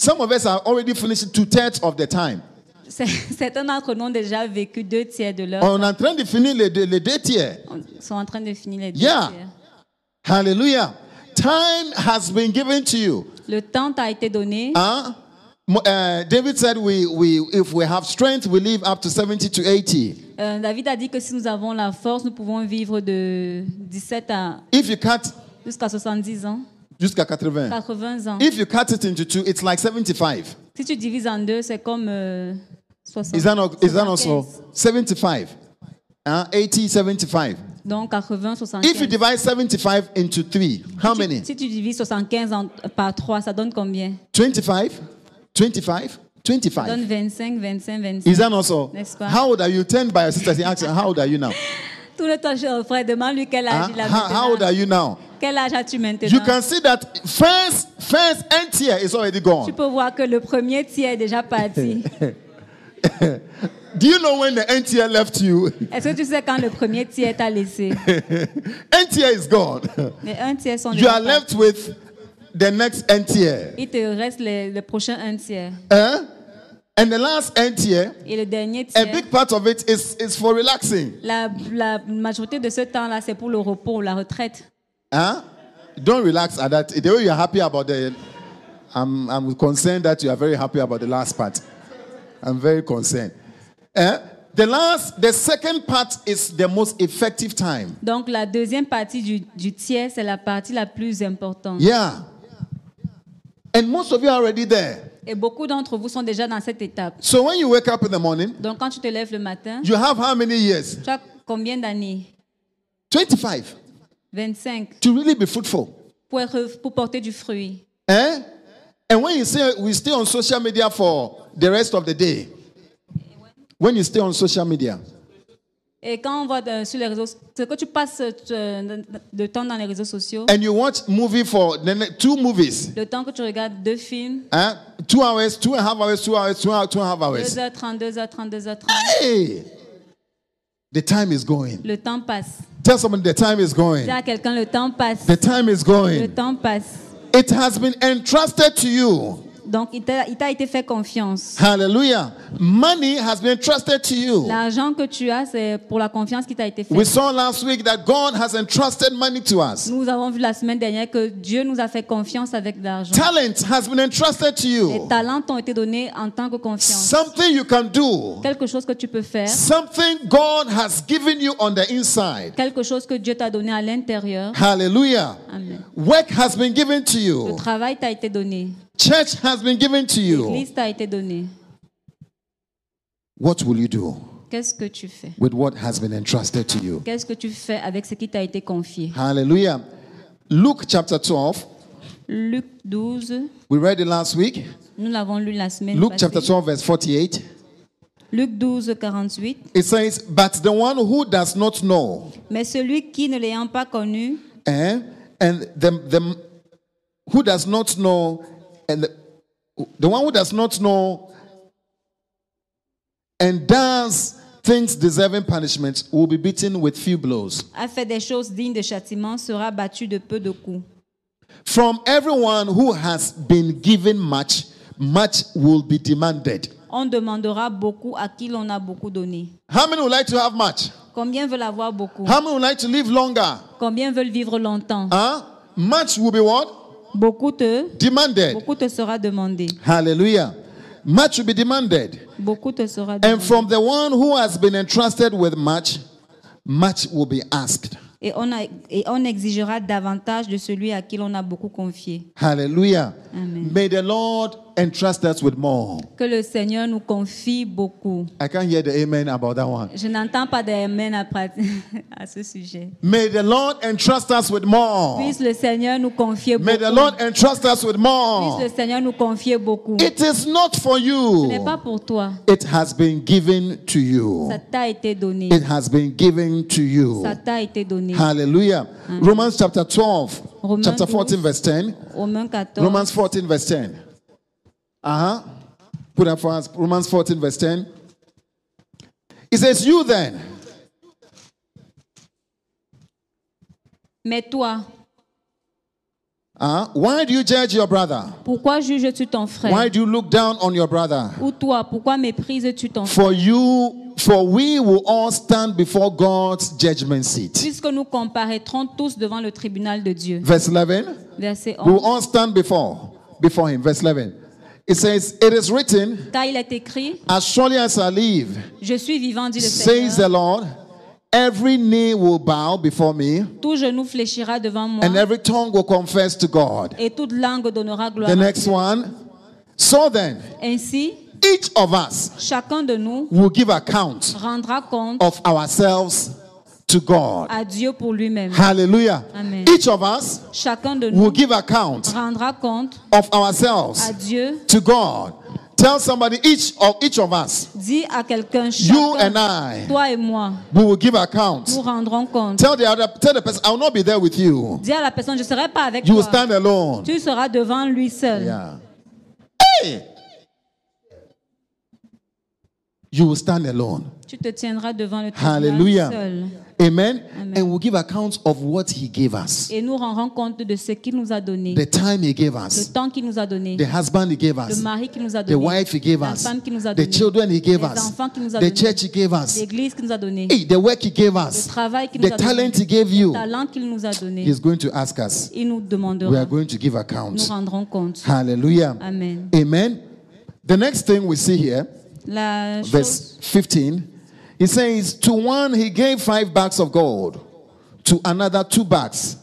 [SPEAKER 2] Some of us are already finished two thirds of the time.
[SPEAKER 1] C'est- Certains d'entre nous ont déjà vécu deux tiers de leur
[SPEAKER 2] On est en train de finir les deux, les deux tiers.
[SPEAKER 1] Ils sont en train de finir les deux
[SPEAKER 2] Yeah.
[SPEAKER 1] tiers.
[SPEAKER 2] Hallelujah. Time has been given to you.
[SPEAKER 1] Le temps t'a été donné.
[SPEAKER 2] Huh? Mo- uh, David said, we, we, if we have strength, we live up to 70 to 80.
[SPEAKER 1] Euh, David a dit que si nous avons la force, nous pouvons vivre de 17 à
[SPEAKER 2] If you cut,
[SPEAKER 1] jusqu'à 70 ans,
[SPEAKER 2] jusqu'à 80.
[SPEAKER 1] 80 ans.
[SPEAKER 2] If you cut it into two, it's like 75.
[SPEAKER 1] Si tu divises en deux, c'est comme euh, 60.
[SPEAKER 2] Is that, not, is that not so?
[SPEAKER 1] 75.
[SPEAKER 2] 75. Uh, 80, 75.
[SPEAKER 1] Donc 80, 75.
[SPEAKER 2] If you divide 75 into 3, how
[SPEAKER 1] Si-
[SPEAKER 2] many?
[SPEAKER 1] Si tu divises 75 en- par 3, ça donne combien
[SPEAKER 2] 25? 25?
[SPEAKER 1] Ça
[SPEAKER 2] 25.
[SPEAKER 1] donne 25, 25, 25.
[SPEAKER 2] Is that not so?
[SPEAKER 1] N'est-ce pas?
[SPEAKER 2] How old are you? Turn by your sister and ask her, how old are you now?
[SPEAKER 1] Tout le temps, je frère, demande-lui quel âge
[SPEAKER 2] Huh?
[SPEAKER 1] il a
[SPEAKER 2] Ah, How, how old
[SPEAKER 1] maintenant.
[SPEAKER 2] are you now?
[SPEAKER 1] Quel âge as-tu maintenant
[SPEAKER 2] You can see that first, first and tier is already
[SPEAKER 1] Tu
[SPEAKER 2] gone.
[SPEAKER 1] peux voir que le premier tiers est déjà parti.
[SPEAKER 2] Do you know when the end tier left you?
[SPEAKER 1] Est-ce que tu sais quand le premier tiers t'a laissé
[SPEAKER 2] End tier is gone.
[SPEAKER 1] Mais un tiers sont
[SPEAKER 2] You
[SPEAKER 1] déjà
[SPEAKER 2] are
[SPEAKER 1] partis.
[SPEAKER 2] left with the next end tier.
[SPEAKER 1] Il te reste le, le prochain un tiers.
[SPEAKER 2] Eh? And the last end tier,
[SPEAKER 1] Et le dernier
[SPEAKER 2] a
[SPEAKER 1] tiers,
[SPEAKER 2] Eh, big part of it is, is for relaxing.
[SPEAKER 1] la, la majorité de ce temps-là, c'est pour le repos, la retraite.
[SPEAKER 2] Huh? Don't relax at that. The way you are happy about the. I'm, I'm concerned that you are very happy about the last part. I'm very concerned. Eh? The last, the second part is the most effective time.
[SPEAKER 1] Donc la deuxième partie du, du tiers, c'est la partie la plus importante.
[SPEAKER 2] Yeah. And most of you are already there.
[SPEAKER 1] Et beaucoup d'entre vous sont déjà dans cette étape.
[SPEAKER 2] So when you wake up in the morning,
[SPEAKER 1] Donc quand tu te lèves le matin,
[SPEAKER 2] you have how many years?
[SPEAKER 1] tu as combien d'années
[SPEAKER 2] 25
[SPEAKER 1] 25
[SPEAKER 2] to really be fruitful.
[SPEAKER 1] pour, être- pour porter du fruit.
[SPEAKER 2] Eh? And when you say we stay on social media for the rest of the day, when you stay on social media,
[SPEAKER 1] Et quand on voit euh, sur les réseaux, c'est que tu passes euh, de temps dans les réseaux sociaux,
[SPEAKER 2] and you watch movie for the ne- two movies,
[SPEAKER 1] le temps que tu regardes deux films,
[SPEAKER 2] eh? two hours, two and a half hours, two hours, two hours, two and a half hours.
[SPEAKER 1] 2h30, 2h30, 2h30,
[SPEAKER 2] Hey! The time is going.
[SPEAKER 1] le temps passe.
[SPEAKER 2] Tell someone the time is going.
[SPEAKER 1] Dis à quelqu'un, le temps passe.
[SPEAKER 2] The time is
[SPEAKER 1] Le
[SPEAKER 2] going.
[SPEAKER 1] temps passe.
[SPEAKER 2] It has been entrusted to you.
[SPEAKER 1] Donc, il t'a il t'a été fait confiance.
[SPEAKER 2] Hallelujah. Money has been trusted to you.
[SPEAKER 1] L'argent que tu as, c'est pour la confiance qui t'a été
[SPEAKER 2] We
[SPEAKER 1] faite.
[SPEAKER 2] saw last week that God has entrusted money to us.
[SPEAKER 1] Nous avons vu la semaine dernière que Dieu nous a fait confiance avec de l'argent.
[SPEAKER 2] Talent has been entrusted to
[SPEAKER 1] Les
[SPEAKER 2] you.
[SPEAKER 1] talents t'ont été donnés en tant que confiance.
[SPEAKER 2] Something you can do.
[SPEAKER 1] Quelque chose que tu peux faire,
[SPEAKER 2] Something God has given you on the inside.
[SPEAKER 1] quelque chose que Dieu t'a donné à l'intérieur.
[SPEAKER 2] Hallelujah.
[SPEAKER 1] Amen.
[SPEAKER 2] Work has been given to
[SPEAKER 1] Le
[SPEAKER 2] you.
[SPEAKER 1] travail t'a été donné.
[SPEAKER 2] Church has been given to you.
[SPEAKER 1] L'église t'a été donnée.
[SPEAKER 2] What will you do
[SPEAKER 1] Qu'est-ce que tu fais
[SPEAKER 2] with what has been entrusted to you?
[SPEAKER 1] Qu'est-ce que tu fais avec ce qui t'a été confié
[SPEAKER 2] Hallelujah. Luke chapter 12.
[SPEAKER 1] Luc 12,
[SPEAKER 2] We read it last week.
[SPEAKER 1] nous l'avons lu la semaine
[SPEAKER 2] Luke
[SPEAKER 1] passée.
[SPEAKER 2] chapter 12, verse 48.
[SPEAKER 1] Luc 12, 48.
[SPEAKER 2] It says, But the one who does not know,
[SPEAKER 1] Mais celui qui ne l'ayant pas connu,
[SPEAKER 2] eh, and the, the who does not know, and the, the one who does not know and does things deserving punishment will be beaten with few blows.
[SPEAKER 1] a fait des choses dignes de châtiment, sera battu de peu de coups.
[SPEAKER 2] From everyone who has been given much, much will be demanded.
[SPEAKER 1] On demandera beaucoup à qui l'on a beaucoup donné.
[SPEAKER 2] How many would like to have much?
[SPEAKER 1] Combien veulent avoir beaucoup
[SPEAKER 2] How many would like to live longer?
[SPEAKER 1] Combien veulent vivre longtemps
[SPEAKER 2] Huh? Much will be what?
[SPEAKER 1] Beaucoup te,
[SPEAKER 2] Demanded.
[SPEAKER 1] beaucoup te sera demandé.
[SPEAKER 2] Hallelujah. Much will be demanded.
[SPEAKER 1] Beaucoup te sera
[SPEAKER 2] And
[SPEAKER 1] demandé.
[SPEAKER 2] from the one who has been entrusted with much, much will be asked.
[SPEAKER 1] Et on, a- et on exigera davantage de celui à qui l'on a beaucoup confié.
[SPEAKER 2] Hallelujah.
[SPEAKER 1] Amen.
[SPEAKER 2] May the Lord entrust us with more.
[SPEAKER 1] Que le Seigneur nous confie beaucoup.
[SPEAKER 2] I can't hear the amen about that one.
[SPEAKER 1] Je n'entends pas d'amen à, prat- à ce sujet.
[SPEAKER 2] May the Lord entrust us with more.
[SPEAKER 1] Puisse le Seigneur nous confier
[SPEAKER 2] May the
[SPEAKER 1] beaucoup.
[SPEAKER 2] Lord entrust us with
[SPEAKER 1] Puisse le
[SPEAKER 2] more.
[SPEAKER 1] Seigneur nous confier beaucoup.
[SPEAKER 2] It is not for
[SPEAKER 1] Ce n'est pas
[SPEAKER 2] you.
[SPEAKER 1] pour toi.
[SPEAKER 2] It has been given to you.
[SPEAKER 1] Ça t'a été donné.
[SPEAKER 2] It has been given to you.
[SPEAKER 1] Ça t'a été donné.
[SPEAKER 2] Hein? Hallelujah. Romans chapter 12,
[SPEAKER 1] Romains
[SPEAKER 2] chapter
[SPEAKER 1] 12.
[SPEAKER 2] 14, verse 10.
[SPEAKER 1] Romains 14.
[SPEAKER 2] Romans 14, verse 10. Uh huh. Put up for us. Romans 14, verse 10. It says, You then,
[SPEAKER 1] Mais toi,
[SPEAKER 2] uh, why do you judge your brother?
[SPEAKER 1] pourquoi juges-tu ton frère
[SPEAKER 2] Why do you look down on your brother?
[SPEAKER 1] Ou toi, pourquoi méprises-tu ton frère
[SPEAKER 2] For you, for we will all stand before God's judgment seat.
[SPEAKER 1] Puisque nous comparaîtrons tous devant le tribunal de Dieu.
[SPEAKER 2] Verse 11.
[SPEAKER 1] Verset
[SPEAKER 2] We
[SPEAKER 1] 11.
[SPEAKER 2] will all stand before, before him. Verse 11. It says, It is written,
[SPEAKER 1] Car il est écrit,
[SPEAKER 2] As surely as I live,
[SPEAKER 1] je suis vivant, dit le
[SPEAKER 2] says the
[SPEAKER 1] Seigneur.
[SPEAKER 2] Lord, every knee will bow before me,
[SPEAKER 1] Tout genou fléchira devant moi
[SPEAKER 2] and every tongue will confess to God.
[SPEAKER 1] et toute langue donnera gloire. à
[SPEAKER 2] The next
[SPEAKER 1] Dieu.
[SPEAKER 2] one. So then,
[SPEAKER 1] Ainsi,
[SPEAKER 2] each of us
[SPEAKER 1] chacun de nous
[SPEAKER 2] will give account
[SPEAKER 1] rendra compte
[SPEAKER 2] of ourselves to God.
[SPEAKER 1] à Dieu pour lui-même.
[SPEAKER 2] Hallelujah.
[SPEAKER 1] Amen.
[SPEAKER 2] Each of us
[SPEAKER 1] Chacun de
[SPEAKER 2] will
[SPEAKER 1] nous
[SPEAKER 2] give account
[SPEAKER 1] rendra compte
[SPEAKER 2] of
[SPEAKER 1] à
[SPEAKER 2] ourselves
[SPEAKER 1] Dieu.
[SPEAKER 2] to God. Tell somebody, each of each of us,
[SPEAKER 1] Dis à quelqu'un,
[SPEAKER 2] you and
[SPEAKER 1] chacun,
[SPEAKER 2] I,
[SPEAKER 1] toi et moi,
[SPEAKER 2] we will give account.
[SPEAKER 1] nous rendrons compte.
[SPEAKER 2] Tell the other, tell the person, I will not be there with you.
[SPEAKER 1] Dis à la personne, je ne serai pas avec
[SPEAKER 2] You will
[SPEAKER 1] toi.
[SPEAKER 2] stand alone.
[SPEAKER 1] Tu seras devant lui seul.
[SPEAKER 2] Yeah. Hey! You will stand alone.
[SPEAKER 1] Tu te tiendras devant le tribunal seul.
[SPEAKER 2] Hallelujah. Amen.
[SPEAKER 1] Amen.
[SPEAKER 2] And we'll give accounts of what he gave us,
[SPEAKER 1] Et nous rendrons compte de ce qu'il nous a donné,
[SPEAKER 2] the time he gave
[SPEAKER 1] le
[SPEAKER 2] us,
[SPEAKER 1] temps qu'il nous a donné,
[SPEAKER 2] the husband he gave
[SPEAKER 1] le
[SPEAKER 2] us,
[SPEAKER 1] mari qu'il nous a donné,
[SPEAKER 2] the wife he gave
[SPEAKER 1] la
[SPEAKER 2] us,
[SPEAKER 1] femme qu'il nous a
[SPEAKER 2] the
[SPEAKER 1] donnée,
[SPEAKER 2] children he gave
[SPEAKER 1] les
[SPEAKER 2] us,
[SPEAKER 1] enfants qu'il nous a
[SPEAKER 2] the
[SPEAKER 1] donnés,
[SPEAKER 2] church he gave us,
[SPEAKER 1] l'église qu'il nous a donnée,
[SPEAKER 2] hey, the work he gave
[SPEAKER 1] le
[SPEAKER 2] us,
[SPEAKER 1] travail qu'il
[SPEAKER 2] the
[SPEAKER 1] nous a donné,
[SPEAKER 2] talent he gave you.
[SPEAKER 1] le talent qu'il nous a donné.
[SPEAKER 2] He's going to ask us.
[SPEAKER 1] Il nous
[SPEAKER 2] We are
[SPEAKER 1] demandera,
[SPEAKER 2] going to give
[SPEAKER 1] nous
[SPEAKER 2] accounts.
[SPEAKER 1] rendrons compte.
[SPEAKER 2] Hallelujah.
[SPEAKER 1] Amen.
[SPEAKER 2] Amen. The next thing we see here
[SPEAKER 1] La chose,
[SPEAKER 2] verse 15 he says to one he gave five bags of gold to another two bags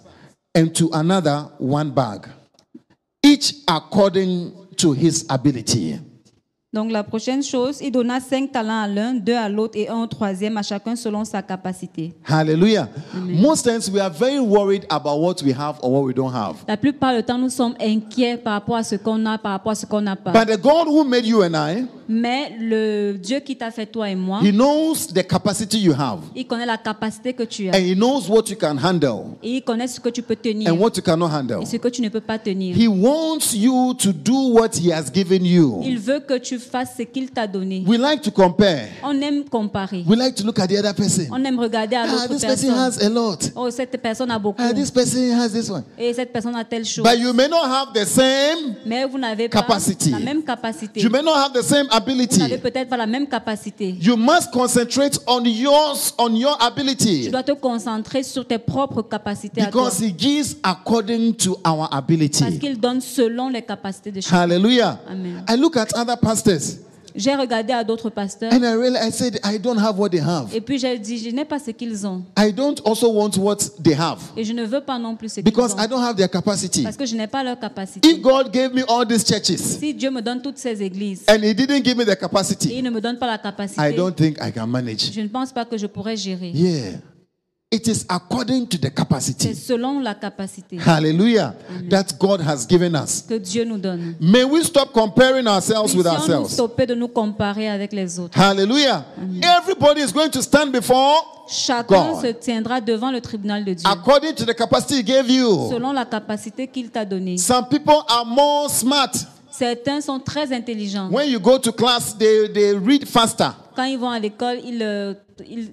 [SPEAKER 2] and to another one bag each according to his ability
[SPEAKER 1] donc la prochaine chose, il donna cinq talents à l'un, deux à l'autre et un au troisième, à chacun selon sa capacité.
[SPEAKER 2] hallelujah most times we are very worried about what we have or what we don't have
[SPEAKER 1] La plupart du temps, nous sommes inquiets par rapport à ce qu'on a, par rapport à ce qu'on n'a pas.
[SPEAKER 2] but the god who made you and i
[SPEAKER 1] Mais le Dieu qui t'a fait toi et moi,
[SPEAKER 2] He knows the capacity you have,
[SPEAKER 1] il connaît la capacité que tu as.
[SPEAKER 2] and He knows what you can handle
[SPEAKER 1] Et il connaît ce que tu peux tenir
[SPEAKER 2] and what you cannot
[SPEAKER 1] et
[SPEAKER 2] handle.
[SPEAKER 1] ce que tu ne peux pas tenir.
[SPEAKER 2] He wants you to do what He has given you.
[SPEAKER 1] Il veut que tu fasses ce qu'il t'a donné.
[SPEAKER 2] We like to compare.
[SPEAKER 1] On aime comparer.
[SPEAKER 2] We like to look at the other person.
[SPEAKER 1] On aime regarder à
[SPEAKER 2] Ah,
[SPEAKER 1] l'autre
[SPEAKER 2] this person
[SPEAKER 1] personne.
[SPEAKER 2] has a lot.
[SPEAKER 1] Oh, cette personne a beaucoup.
[SPEAKER 2] Ah, this person has this one.
[SPEAKER 1] Et cette personne a telle chose.
[SPEAKER 2] But you may not have the same.
[SPEAKER 1] Mais vous n'avez pas
[SPEAKER 2] Capacity.
[SPEAKER 1] la même capacité.
[SPEAKER 2] You may not have the same
[SPEAKER 1] Vous n'avez
[SPEAKER 2] ability.
[SPEAKER 1] peut-être pas la même capacité.
[SPEAKER 2] You must concentrate on yours, on your
[SPEAKER 1] Tu
[SPEAKER 2] ability,
[SPEAKER 1] dois te concentrer sur tes propres capacités à toi.
[SPEAKER 2] because He gives according to our
[SPEAKER 1] Parce
[SPEAKER 2] ability.
[SPEAKER 1] qu'il donne selon les capacités de chacun.
[SPEAKER 2] Hallelujah.
[SPEAKER 1] Amen.
[SPEAKER 2] I look at other pastors
[SPEAKER 1] J'ai regardé à d'autres pasteurs
[SPEAKER 2] and I really I said I don't have what they have.
[SPEAKER 1] et puis j'ai dit, je n'ai pas ce qu'ils ont.
[SPEAKER 2] I don't also want what they have
[SPEAKER 1] Et je ne veux pas non plus ce qu'ils
[SPEAKER 2] because I
[SPEAKER 1] ont.
[SPEAKER 2] don't have their capacity.
[SPEAKER 1] Parce que je n'ai pas leur capacité.
[SPEAKER 2] If God gave me all these churches
[SPEAKER 1] Si Dieu me donne toutes ces églises
[SPEAKER 2] and He didn't give me the
[SPEAKER 1] et
[SPEAKER 2] capacity,
[SPEAKER 1] il ne me donne pas la
[SPEAKER 2] I
[SPEAKER 1] capacité,
[SPEAKER 2] don't think I can manage.
[SPEAKER 1] je ne pense pas que je pourrais gérer.
[SPEAKER 2] Yeah. It is according to the capacity.
[SPEAKER 1] C'est selon la capacité
[SPEAKER 2] Hallelujah. That God has given us.
[SPEAKER 1] que Dieu nous donne.
[SPEAKER 2] May we stop comparing ourselves with
[SPEAKER 1] Puissions-nous
[SPEAKER 2] ourselves.
[SPEAKER 1] stopper de nous comparer avec les autres.
[SPEAKER 2] Hallelujah. Everybody is going to stand before
[SPEAKER 1] Chacun
[SPEAKER 2] God.
[SPEAKER 1] se tiendra devant le tribunal de Dieu
[SPEAKER 2] according to the capacity He gave you.
[SPEAKER 1] selon la capacité qu'il t'a donnée.
[SPEAKER 2] Some people are more smart.
[SPEAKER 1] Certains sont très intelligents.
[SPEAKER 2] When you go to class, they, they read faster.
[SPEAKER 1] Quand ils vont à l'école, ils, euh, ils,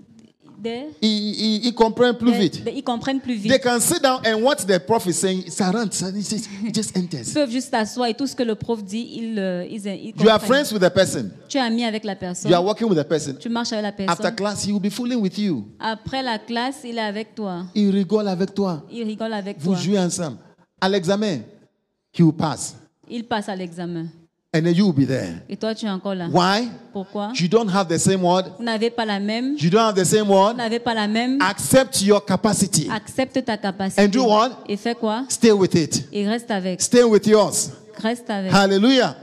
[SPEAKER 1] des-
[SPEAKER 2] Ils, ils- ils comprennent plus
[SPEAKER 1] des-
[SPEAKER 2] vite.
[SPEAKER 1] des- ils comprennent plus vite.
[SPEAKER 2] They can sit down and what the prof is saying. Ça rentre, ça it just
[SPEAKER 1] Ils
[SPEAKER 2] enters.
[SPEAKER 1] peuvent juste s'asseoir et tout ce que le prof dit, ils, euh, ils, ils
[SPEAKER 2] You are
[SPEAKER 1] comprennent.
[SPEAKER 2] friends with the person.
[SPEAKER 1] Tu es ami avec la
[SPEAKER 2] You are
[SPEAKER 1] personne.
[SPEAKER 2] working with the person.
[SPEAKER 1] Tu marches avec la
[SPEAKER 2] After
[SPEAKER 1] personne.
[SPEAKER 2] class, he will be fooling with you.
[SPEAKER 1] Après la classe, il est avec toi.
[SPEAKER 2] Il rigole avec toi.
[SPEAKER 1] Il rigole avec
[SPEAKER 2] Vous
[SPEAKER 1] toi.
[SPEAKER 2] jouez ensemble. À l'examen, he will pass.
[SPEAKER 1] Il passe à l'examen.
[SPEAKER 2] And then you will be there.
[SPEAKER 1] Et toi, tu es encore là.
[SPEAKER 2] Why?
[SPEAKER 1] Pourquoi
[SPEAKER 2] You don't have the same word.
[SPEAKER 1] Vous n'avez pas la même.
[SPEAKER 2] You don't have the same word.
[SPEAKER 1] Vous n'avez pas la même.
[SPEAKER 2] Accept your capacity.
[SPEAKER 1] Ah. Accepte ta capacité.
[SPEAKER 2] And do what?
[SPEAKER 1] Et fais quoi
[SPEAKER 2] Stay with it.
[SPEAKER 1] Et reste avec.
[SPEAKER 2] Stay with yours.
[SPEAKER 1] Reste avec.
[SPEAKER 2] Hallelujah.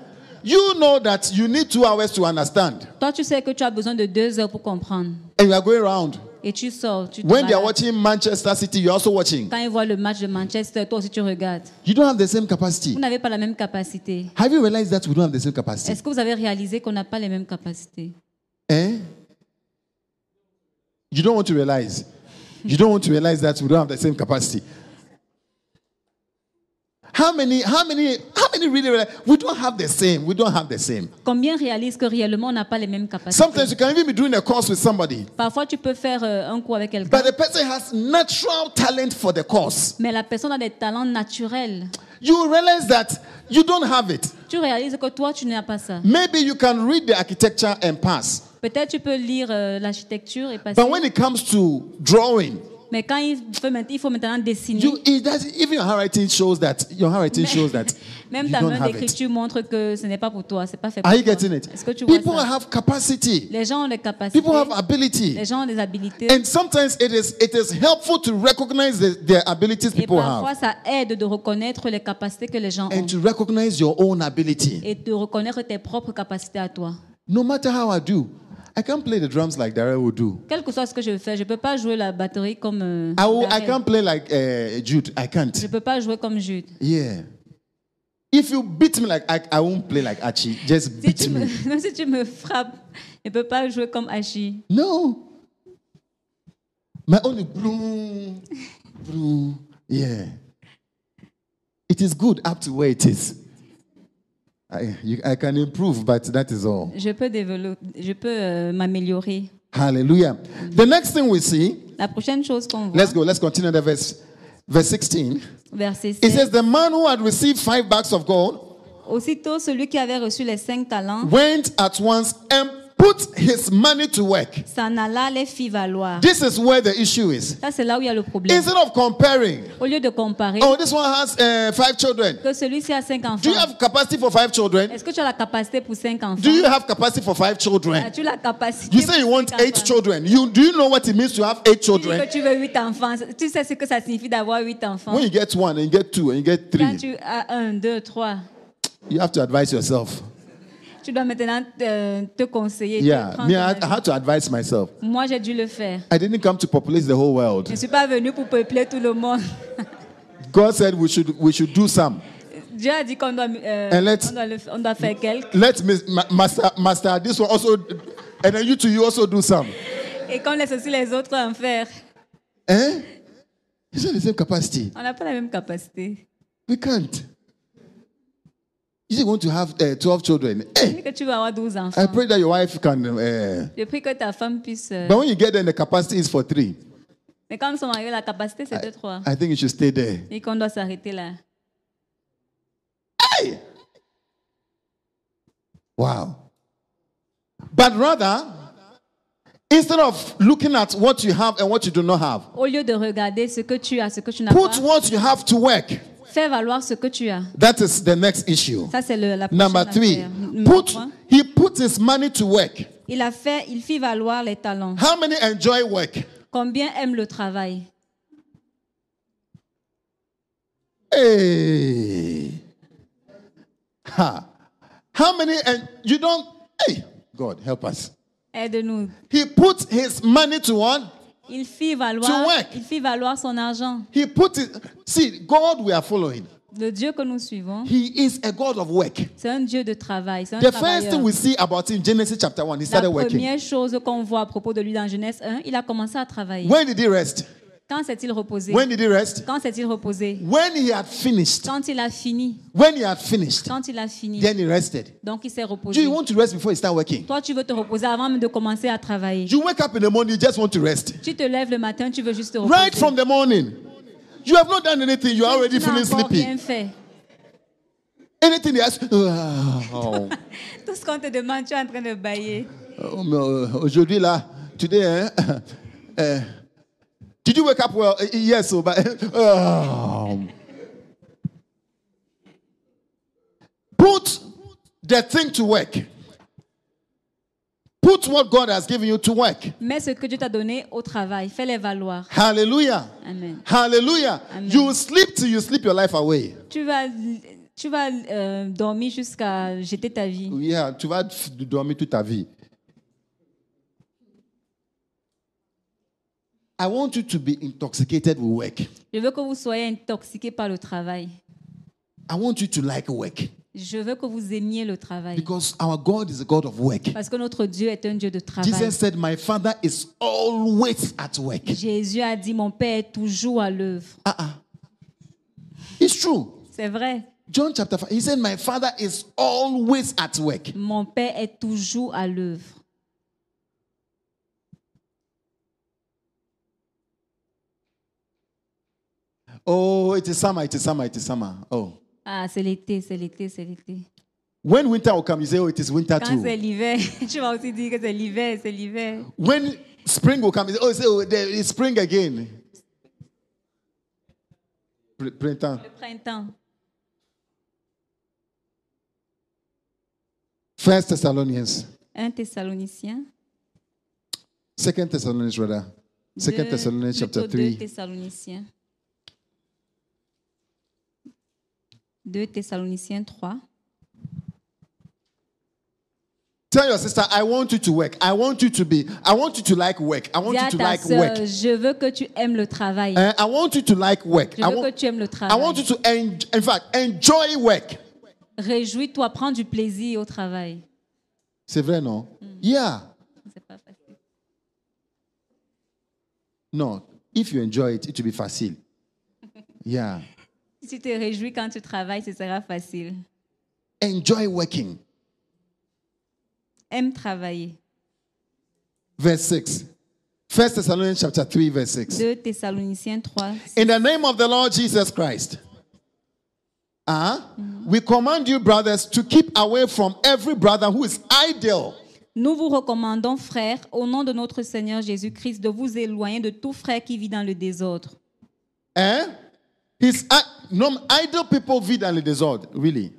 [SPEAKER 2] You know that you need two hours to understand.
[SPEAKER 1] Toi, tu sais que tu as besoin de deux heures pour comprendre.
[SPEAKER 2] And you are going around.
[SPEAKER 1] Et tu sors. Tu te
[SPEAKER 2] When they are
[SPEAKER 1] balades.
[SPEAKER 2] watching Manchester City, you're also watching.
[SPEAKER 1] Quand ils voient le match de Manchester, toi aussi tu regardes.
[SPEAKER 2] You don't have the same
[SPEAKER 1] Vous
[SPEAKER 2] capacity.
[SPEAKER 1] n'avez pas la même capacité.
[SPEAKER 2] Have you realized that we don't have the same capacity?
[SPEAKER 1] Est-ce que vous avez réalisé qu'on n'a pas les mêmes capacités
[SPEAKER 2] Eh? You don't want to realize. You don't want to realize that we don't have the same capacity. How many, how many, how many really realize we don't have the same? We don't have the same.
[SPEAKER 1] Combien réalisent que réellement on n'a pas les mêmes capacités
[SPEAKER 2] Sometimes you can even be doing a course with somebody,
[SPEAKER 1] Parfois tu peux faire euh, un coup avec quelqu'un,
[SPEAKER 2] but the person has natural talent for the course.
[SPEAKER 1] mais la personne a des talents naturels.
[SPEAKER 2] You realize that you don't have it.
[SPEAKER 1] Tu réalises que toi tu n'as pas ça.
[SPEAKER 2] Maybe you can read the architecture and pass,
[SPEAKER 1] Peut-être tu peux lire euh, l'architecture et passer,
[SPEAKER 2] but when it comes to drawing,
[SPEAKER 1] mais quand il faut, maintenant- il faut maintenant dessiner,
[SPEAKER 2] you it does, even your handwriting shows that your handwriting shows that
[SPEAKER 1] même
[SPEAKER 2] you
[SPEAKER 1] ta
[SPEAKER 2] don't
[SPEAKER 1] main
[SPEAKER 2] have it.
[SPEAKER 1] d'écriture montre que ce n'est pas pour toi, c'est pas fait pour
[SPEAKER 2] Are you
[SPEAKER 1] toi.
[SPEAKER 2] getting it?
[SPEAKER 1] Est-ce que tu vois
[SPEAKER 2] People
[SPEAKER 1] ça
[SPEAKER 2] have capacity.
[SPEAKER 1] Les gens ont des capacités,
[SPEAKER 2] People have ability.
[SPEAKER 1] les gens ont des habilités.
[SPEAKER 2] And sometimes it is it is helpful to recognize the, their abilities
[SPEAKER 1] Et
[SPEAKER 2] people
[SPEAKER 1] parfois,
[SPEAKER 2] have
[SPEAKER 1] ça aide de reconnaître les capacités que les gens ont
[SPEAKER 2] and to recognize your own ability.
[SPEAKER 1] et de reconnaître tes propres capacités à toi.
[SPEAKER 2] No matter how I do, I can't play the drums like Daryl would do.
[SPEAKER 1] Quel que soit ce que je fais, je ne peux pas jouer la batterie comme. euh,
[SPEAKER 2] I, will, I
[SPEAKER 1] Darrell.
[SPEAKER 2] can't play like uh, Jude. I
[SPEAKER 1] Je
[SPEAKER 2] can't.
[SPEAKER 1] ne peux pas jouer comme Jude.
[SPEAKER 2] Yeah. If you beat me like I, I won't play like Archie. Just
[SPEAKER 1] Si
[SPEAKER 2] beat
[SPEAKER 1] tu
[SPEAKER 2] me.
[SPEAKER 1] me, même si tu me frappes, je ne peux pas jouer comme Hachi.
[SPEAKER 2] No. My only bloom, bloom. Yeah. It is good up to where it is. I, you- I can improve, but that is all.
[SPEAKER 1] Je peux, développer, je peux euh, m'améliorer.
[SPEAKER 2] Hallelujah. The next thing we see,
[SPEAKER 1] La prochaine chose qu'on voit,
[SPEAKER 2] let's go, let's continue the verse. Verse 16.
[SPEAKER 1] verset
[SPEAKER 2] It
[SPEAKER 1] 16.
[SPEAKER 2] says, The man who had received five bags of gold
[SPEAKER 1] Aussitôt, celui qui avait reçu les cinq talents
[SPEAKER 2] went at once and put his money to work.
[SPEAKER 1] s'en alla, les fit valoir.
[SPEAKER 2] This is where the issue is.
[SPEAKER 1] Ça, c'est là où il y a le problème.
[SPEAKER 2] Instead of comparing,
[SPEAKER 1] Au lieu de comparer
[SPEAKER 2] oh, this one has uh, five children.
[SPEAKER 1] que celui-ci a cinq
[SPEAKER 2] Do
[SPEAKER 1] enfants.
[SPEAKER 2] you have capacity for five children?
[SPEAKER 1] Est-ce que tu as la capacité pour cinq enfants
[SPEAKER 2] Do you have capacity for five children?
[SPEAKER 1] As-tu la capacité
[SPEAKER 2] You say you
[SPEAKER 1] pour
[SPEAKER 2] want
[SPEAKER 1] cinq
[SPEAKER 2] eight
[SPEAKER 1] enfants
[SPEAKER 2] children. You do you know what it means to have eight
[SPEAKER 1] Tu dis
[SPEAKER 2] children?
[SPEAKER 1] que tu veux huit enfants. Tu sais ce que ça signifie d'avoir huit enfants.
[SPEAKER 2] When you get one and you get two and you get
[SPEAKER 1] Quand
[SPEAKER 2] three,
[SPEAKER 1] tu as un, deux, trois,
[SPEAKER 2] you have to advise yourself.
[SPEAKER 1] tu dois maintenant euh, te conseiller. te
[SPEAKER 2] Yeah,
[SPEAKER 1] prendre ton
[SPEAKER 2] me, I, I
[SPEAKER 1] avis.
[SPEAKER 2] had to advise myself.
[SPEAKER 1] Moi, j'ai dû le faire.
[SPEAKER 2] I didn't come to populate the whole
[SPEAKER 1] Je
[SPEAKER 2] world.
[SPEAKER 1] ne suis pas venue pour peupler tout le monde.
[SPEAKER 2] God said we should we should do some.
[SPEAKER 1] Dieu a dit qu'on doit, euh,
[SPEAKER 2] And let's-
[SPEAKER 1] on doit, le- on does faire quelques.
[SPEAKER 2] Let Miss- Ma- Master, Master, this one also, and then you two, you also do some.
[SPEAKER 1] Et qu'on laisse aussi les autres en faire.
[SPEAKER 2] Eh? These are the same capacity.
[SPEAKER 1] On n'a pas la même capacité.
[SPEAKER 2] We can't. You want to have uh, 12 children. Eh?
[SPEAKER 1] Et que tu vas avoir 12 enfants.
[SPEAKER 2] I pray that your wife can. Uh,
[SPEAKER 1] Je prie que ta femme puisse. euh,
[SPEAKER 2] but when you get there, the capacity is for three.
[SPEAKER 1] Mais quand son mari, la capacité, c'est 2-3.
[SPEAKER 2] I think you should stay there.
[SPEAKER 1] Et qu'on doit s'arrêter là.
[SPEAKER 2] Wow. But rather, instead of looking at what you have and what you do not have,
[SPEAKER 1] Au lieu de regarder ce que tu as, ce que tu n'as
[SPEAKER 2] put
[SPEAKER 1] pas,
[SPEAKER 2] what you have to work.
[SPEAKER 1] fais valoir ce que tu as.
[SPEAKER 2] That is the next issue.
[SPEAKER 1] Ça, c'est le- la prochaine
[SPEAKER 2] Number three,
[SPEAKER 1] affaire. Numéro
[SPEAKER 2] put
[SPEAKER 1] trois.
[SPEAKER 2] he put his money to work.
[SPEAKER 1] Il a fait, il fit valoir les talents.
[SPEAKER 2] How many enjoy work?
[SPEAKER 1] Combien aime le travail
[SPEAKER 2] Hey. Ha. How many and you don't hey God help us.
[SPEAKER 1] Aide-nous.
[SPEAKER 2] He put his money to one.
[SPEAKER 1] Il fit
[SPEAKER 2] To
[SPEAKER 1] valoir,
[SPEAKER 2] work.
[SPEAKER 1] il fit valoir son argent.
[SPEAKER 2] He put it see God we are following.
[SPEAKER 1] Le Dieu que nous suivons,
[SPEAKER 2] He is a God of work.
[SPEAKER 1] c'est un Dieu de travail. C'est un
[SPEAKER 2] The first
[SPEAKER 1] travailleur.
[SPEAKER 2] thing we see about him, Genesis chapter 1, he
[SPEAKER 1] La
[SPEAKER 2] started working.
[SPEAKER 1] première chose qu'on voit à propos de lui dans Genèse 1, il a commencé à travailler.
[SPEAKER 2] When did he rest?
[SPEAKER 1] Quand s'est-il reposé
[SPEAKER 2] When did he rest?
[SPEAKER 1] Quand s'est-il reposé
[SPEAKER 2] When he had finished.
[SPEAKER 1] Quand il a fini.
[SPEAKER 2] When he had finished,
[SPEAKER 1] Quand il a fini.
[SPEAKER 2] then he rested.
[SPEAKER 1] Donc il s'est
[SPEAKER 2] Do
[SPEAKER 1] reposé.
[SPEAKER 2] you want to rest before you start working?
[SPEAKER 1] Toi, tu veux te reposer avant même de commencer à travailler.
[SPEAKER 2] You wake up in the morning, you just want to rest.
[SPEAKER 1] Tu te lèves le matin, tu veux juste te reposer.
[SPEAKER 2] Right from the morning. You have not done anything. You are already
[SPEAKER 1] tu n'as
[SPEAKER 2] feeling
[SPEAKER 1] encore
[SPEAKER 2] sleepy.
[SPEAKER 1] rien fait.
[SPEAKER 2] Anything else? Oh,
[SPEAKER 1] Tout ce qu'on te demande, tu es en train de bailler.
[SPEAKER 2] oh, mais, euh, Aujourd'hui, là, today, hein, euh, did you wake up well? Eh, Yes, oh, but. oh. Put the thing to work. Put what God has given you to work.
[SPEAKER 1] Mets ce que Dieu t'a donné au travail. Fais-les valoir.
[SPEAKER 2] Hallelujah.
[SPEAKER 1] Amen.
[SPEAKER 2] Hallelujah.
[SPEAKER 1] Amen.
[SPEAKER 2] You will sleep till you sleep your life away.
[SPEAKER 1] Tu vas, tu vas euh, dormir jusqu'à jeter ta vie.
[SPEAKER 2] Yeah, tu vas f- dormir toute ta vie. I want you to be intoxicated with work.
[SPEAKER 1] Je veux que vous soyez intoxiqués par le travail.
[SPEAKER 2] I want you to like work
[SPEAKER 1] Je veux que vous aimiez le travail.
[SPEAKER 2] because our God is a God of work.
[SPEAKER 1] Parce que notre Dieu est un Dieu de travail.
[SPEAKER 2] Jesus said, My Father is always at work.
[SPEAKER 1] Jésus a dit, mon Père est toujours à l'œuvre.
[SPEAKER 2] Uh-uh. It's true.
[SPEAKER 1] C'est vrai.
[SPEAKER 2] John chapter 5, he said, My Father is always at work.
[SPEAKER 1] Mon Père est toujours à l'œuvre.
[SPEAKER 2] Oh, it is summer, it is summer, it is summer. Oh.
[SPEAKER 1] Ah, c'est l'été, c'est l'été, c'est l'été.
[SPEAKER 2] When winter will come, you say, Oh, it is winter
[SPEAKER 1] Quand
[SPEAKER 2] too.
[SPEAKER 1] c'est l'hiver, tu vas aussi dire que c'est l'hiver, c'est l'hiver.
[SPEAKER 2] When spring will come, you say, oh, say, oh, there is spring again. Pr- Printemps.
[SPEAKER 1] Le printemps.
[SPEAKER 2] First Thessalonians,
[SPEAKER 1] 1 Thessaloniciens.
[SPEAKER 2] Second Thessalonians rather, Second
[SPEAKER 1] deux-
[SPEAKER 2] Thessalonians
[SPEAKER 1] plutôt
[SPEAKER 2] chapter
[SPEAKER 1] deux
[SPEAKER 2] three,
[SPEAKER 1] Thessaloniciens. 2 Thessaloniciens 3.
[SPEAKER 2] Tell your sister, I want you to work. I want you to be. I want you to like work. I want
[SPEAKER 1] Dis à
[SPEAKER 2] you to
[SPEAKER 1] ta
[SPEAKER 2] like
[SPEAKER 1] sœur,
[SPEAKER 2] work.
[SPEAKER 1] je veux que tu aimes le travail.
[SPEAKER 2] Eh, I want you to like work.
[SPEAKER 1] Je
[SPEAKER 2] I,
[SPEAKER 1] veux
[SPEAKER 2] wa-
[SPEAKER 1] que tu aimes le
[SPEAKER 2] I want
[SPEAKER 1] travail.
[SPEAKER 2] you to, en- in fact, enjoy work.
[SPEAKER 1] Réjouis-toi, prends du plaisir au travail.
[SPEAKER 2] C'est vrai, non? Yeah.
[SPEAKER 1] C'est pas facile.
[SPEAKER 2] No. If you enjoy it, it will be facile. Yeah.
[SPEAKER 1] Si tu te réjouis quand tu travailles, ce sera facile.
[SPEAKER 2] Enjoy working.
[SPEAKER 1] Aime travailler.
[SPEAKER 2] verse 6. First Thessalonians chapter 3, verse 6.
[SPEAKER 1] 2 Thessaloniciens 3.
[SPEAKER 2] In the name of the Lord Jesus Christ, uh, we command you, brothers, to keep away from every brother who is idle.
[SPEAKER 1] Nous vous recommandons, frères, au nom de notre Seigneur Jésus-Christ, de vous éloigner de tout frère qui vit dans le désordre.
[SPEAKER 2] Eh? His i- no, idle people vid and disorder, really.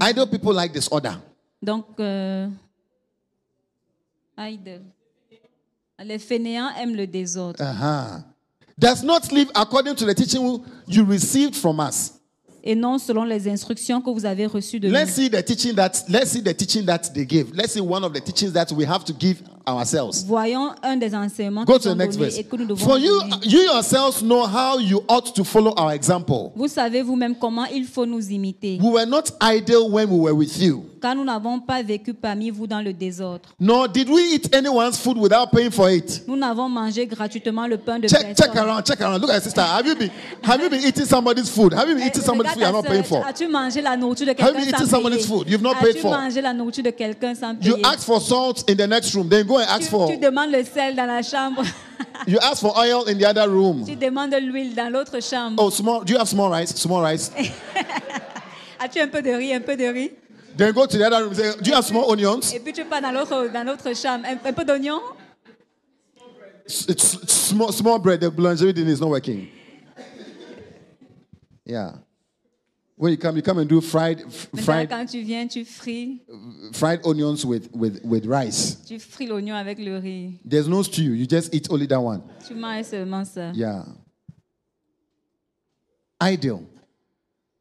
[SPEAKER 2] Idle people like disorder.
[SPEAKER 1] Donc, euh, idle. Les fainéants aiment le désordre
[SPEAKER 2] Uh-huh. Does not live according to the teaching you received from us.
[SPEAKER 1] et non selon les instructions que vous avez reçues de
[SPEAKER 2] Let's
[SPEAKER 1] nous.
[SPEAKER 2] see the teaching that let's see the teaching that they give. Let's see one of the teachings that we have to give ourselves.
[SPEAKER 1] Voyons un des enseignements
[SPEAKER 2] Go
[SPEAKER 1] qui
[SPEAKER 2] to the
[SPEAKER 1] sont
[SPEAKER 2] next
[SPEAKER 1] donnés
[SPEAKER 2] verse.
[SPEAKER 1] et que nous devons
[SPEAKER 2] For you,
[SPEAKER 1] donner.
[SPEAKER 2] you yourselves know how you ought to follow our example.
[SPEAKER 1] Vous savez vous-même comment il faut nous imiter,
[SPEAKER 2] We were not idle when we were with you,
[SPEAKER 1] car nous n'avons pas vécu parmi vous dans le désordre.
[SPEAKER 2] nor did we eat anyone's food without paying for it.
[SPEAKER 1] Nous n'avons mangé gratuitement le pain de
[SPEAKER 2] Check, check
[SPEAKER 1] personne.
[SPEAKER 2] around, check around. Look at your sister. Have you been, have you been eating somebody's food? Have you been
[SPEAKER 1] Eh,
[SPEAKER 2] eating somebody's
[SPEAKER 1] regarde ta
[SPEAKER 2] food? You're not
[SPEAKER 1] sœur,
[SPEAKER 2] paying for.
[SPEAKER 1] As-tu mangé la nourriture de
[SPEAKER 2] Have you
[SPEAKER 1] quelqu'un
[SPEAKER 2] eaten
[SPEAKER 1] sans
[SPEAKER 2] somebody's
[SPEAKER 1] payer?
[SPEAKER 2] food? You've not paid
[SPEAKER 1] As-tu
[SPEAKER 2] for.
[SPEAKER 1] mangé la nourriture de quelqu'un sans payer?
[SPEAKER 2] You ask for salt in the next room, then go and
[SPEAKER 1] tu,
[SPEAKER 2] ask for.
[SPEAKER 1] tu demandes le sel dans la chambre.
[SPEAKER 2] You ask for oil in the other room.
[SPEAKER 1] tu demandes de l'huile dans l'autre chambre.
[SPEAKER 2] Oh, small. Do you have small rice? Small rice.
[SPEAKER 1] As-tu un peu de riz, un peu de riz?
[SPEAKER 2] Then go to the other room. Say, do you have small onions?
[SPEAKER 1] Et puis tu pars dans l'autre dans l'autre chambre. Un, un peu d'oignon?
[SPEAKER 2] S- It's, it's small, small bread. The boulangerie thing is not working. Yeah. When you come, you come and do fried, f-
[SPEAKER 1] Maintenant,
[SPEAKER 2] fried,
[SPEAKER 1] quand tu viens, tu fris,
[SPEAKER 2] fried onions with, with, with rice.
[SPEAKER 1] tu fris l'oignon avec le riz.
[SPEAKER 2] There's no stew. You just eat only that one.
[SPEAKER 1] Tu manges seulement ça.
[SPEAKER 2] Yeah. Ideal.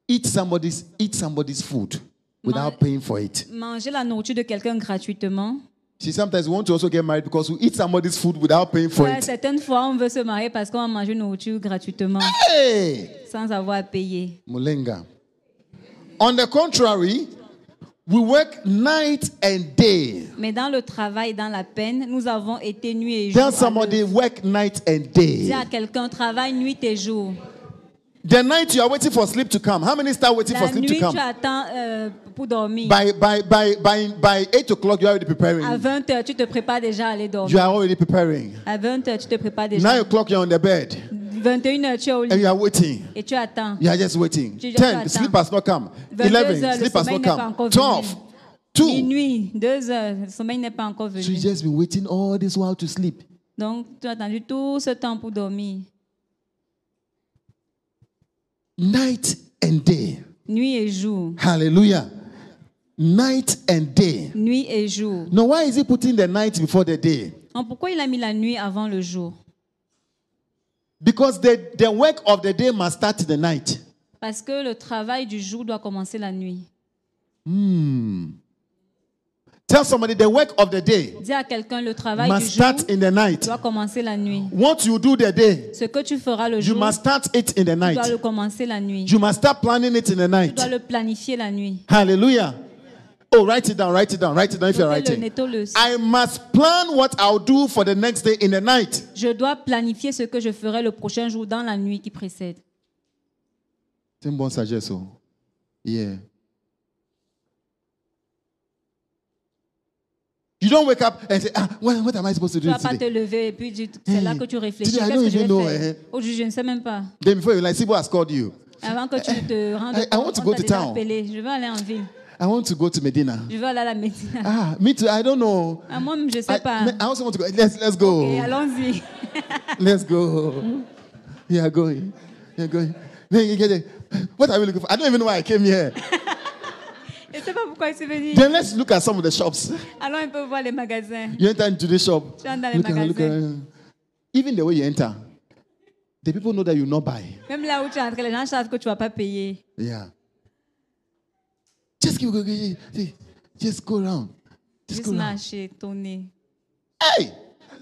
[SPEAKER 2] Eat somebody's eat somebody's food without paying for it.
[SPEAKER 1] Manger la nourriture de quelqu'un gratuitement.
[SPEAKER 2] See, sometimes we want to also get married because we eat somebody's food without paying for
[SPEAKER 1] Ouais,
[SPEAKER 2] it.
[SPEAKER 1] certaines fois, on veut se marier parce qu'on a mangé une nourriture gratuitement,
[SPEAKER 2] Hey,
[SPEAKER 1] sans avoir à payer.
[SPEAKER 2] Mulenga. On the contrary, we work night and day.
[SPEAKER 1] Mais dans le travail, dans la peine, nous avons été nuit et jour. à
[SPEAKER 2] Tell somebody work night and day.
[SPEAKER 1] Dis à quelqu'un, travaille nuit et jour.
[SPEAKER 2] The night you are waiting for sleep to come. How many start waiting for
[SPEAKER 1] La
[SPEAKER 2] sleep
[SPEAKER 1] nuit,
[SPEAKER 2] to
[SPEAKER 1] tu
[SPEAKER 2] come?
[SPEAKER 1] attends euh, pour dormir.
[SPEAKER 2] By by by by by eight o'clock, you are already
[SPEAKER 1] À
[SPEAKER 2] preparing.
[SPEAKER 1] 20h, tu te prépares déjà à aller dormir.
[SPEAKER 2] You are already preparing.
[SPEAKER 1] À 20h, tu te prépares déjà.
[SPEAKER 2] Nine o'clock, you're on the bed.
[SPEAKER 1] 21h, tu es au
[SPEAKER 2] and
[SPEAKER 1] lit
[SPEAKER 2] you are waiting.
[SPEAKER 1] et tu attends.
[SPEAKER 2] You are just waiting.
[SPEAKER 1] Tu- tu
[SPEAKER 2] 10,
[SPEAKER 1] attends.
[SPEAKER 2] sleep has not come.
[SPEAKER 1] 22 heures,
[SPEAKER 2] 11,
[SPEAKER 1] le
[SPEAKER 2] sleep has
[SPEAKER 1] sommeil
[SPEAKER 2] not
[SPEAKER 1] n'est pas encore
[SPEAKER 2] come.
[SPEAKER 1] venu.
[SPEAKER 2] 12, 2.
[SPEAKER 1] Minuit, 2h, le sommeil n'est pas encore
[SPEAKER 2] So you
[SPEAKER 1] venu.
[SPEAKER 2] just been waiting all this while to sleep.
[SPEAKER 1] Donc, tu as attendu tout ce temps pour dormir.
[SPEAKER 2] Night and day.
[SPEAKER 1] Nuit et jour.
[SPEAKER 2] Hallelujah. Night and day.
[SPEAKER 1] Nuit et jour.
[SPEAKER 2] Now, why is he putting the night before the day?
[SPEAKER 1] Donc, pourquoi il a mis la nuit avant le jour
[SPEAKER 2] Because the, the work of the day must start in the night.
[SPEAKER 1] Parce que le travail du jour doit commencer la nuit.
[SPEAKER 2] Tell somebody the work of the day
[SPEAKER 1] Dis à quelqu'un, le travail du
[SPEAKER 2] must
[SPEAKER 1] jour
[SPEAKER 2] start in the night.
[SPEAKER 1] doit commencer la nuit.
[SPEAKER 2] What you do the day,
[SPEAKER 1] Ce que tu feras le
[SPEAKER 2] you
[SPEAKER 1] jour,
[SPEAKER 2] must start it in the
[SPEAKER 1] tu dois
[SPEAKER 2] night.
[SPEAKER 1] le commencer la nuit.
[SPEAKER 2] You must start planning it in the
[SPEAKER 1] Tu
[SPEAKER 2] night.
[SPEAKER 1] dois le planifier la nuit.
[SPEAKER 2] Hallelujah. Oh, write it down, write it down, write it down if you're
[SPEAKER 1] Notez-le,
[SPEAKER 2] writing. Ah.
[SPEAKER 1] notez-le.
[SPEAKER 2] I must plan what I'll do for the next day in the night.
[SPEAKER 1] Je dois planifier ce que je ferai le prochain jour dans la nuit qui précède.
[SPEAKER 2] C'est une bonne sagesse. oh. Yeah. You don't wake up and say, ah, what, what am I supposed to
[SPEAKER 1] Tu
[SPEAKER 2] do
[SPEAKER 1] ne vas pas te
[SPEAKER 2] today?
[SPEAKER 1] lever et puis tu- c'est là que tu réfléchis.
[SPEAKER 2] Today, I
[SPEAKER 1] Qu'est-ce
[SPEAKER 2] don't
[SPEAKER 1] que je vais
[SPEAKER 2] even know,
[SPEAKER 1] faire
[SPEAKER 2] eh.
[SPEAKER 1] Aujourd'hui, je ne sais même pas.
[SPEAKER 2] Then before you like, see what has called you.
[SPEAKER 1] Avant que tu ne te rendes
[SPEAKER 2] I- I want to
[SPEAKER 1] on
[SPEAKER 2] go
[SPEAKER 1] t'a
[SPEAKER 2] to
[SPEAKER 1] déjà
[SPEAKER 2] town.
[SPEAKER 1] appelé. Je vais aller en ville.
[SPEAKER 2] I want to go to Medina.
[SPEAKER 1] Je vais aller à la Médina.
[SPEAKER 2] Ah, me too. I don't know.
[SPEAKER 1] Ah, moi, je ne
[SPEAKER 2] I,
[SPEAKER 1] sais pas.
[SPEAKER 2] I also want to go. Let's, let's go.
[SPEAKER 1] Et allons-y.
[SPEAKER 2] Let's go. You are going. You are going. Then you get there. What are we looking for? I don't even know why I came here.
[SPEAKER 1] Je ne sais pas pourquoi je suis venu.
[SPEAKER 2] Then let's look at some of the shops.
[SPEAKER 1] Allons un peu voir les magasins.
[SPEAKER 2] You enter into the shop.
[SPEAKER 1] Tu entres dans les
[SPEAKER 2] look around, look
[SPEAKER 1] magasins.
[SPEAKER 2] around. Even the way you enter, the people know that you not buy.
[SPEAKER 1] Même là où tu es entré, les gens savent que tu ne vas pas payer.
[SPEAKER 2] Yeah. Just keep going. See, Just go around. Just
[SPEAKER 1] Juste
[SPEAKER 2] go around.
[SPEAKER 1] marcher, tourner.
[SPEAKER 2] Hey!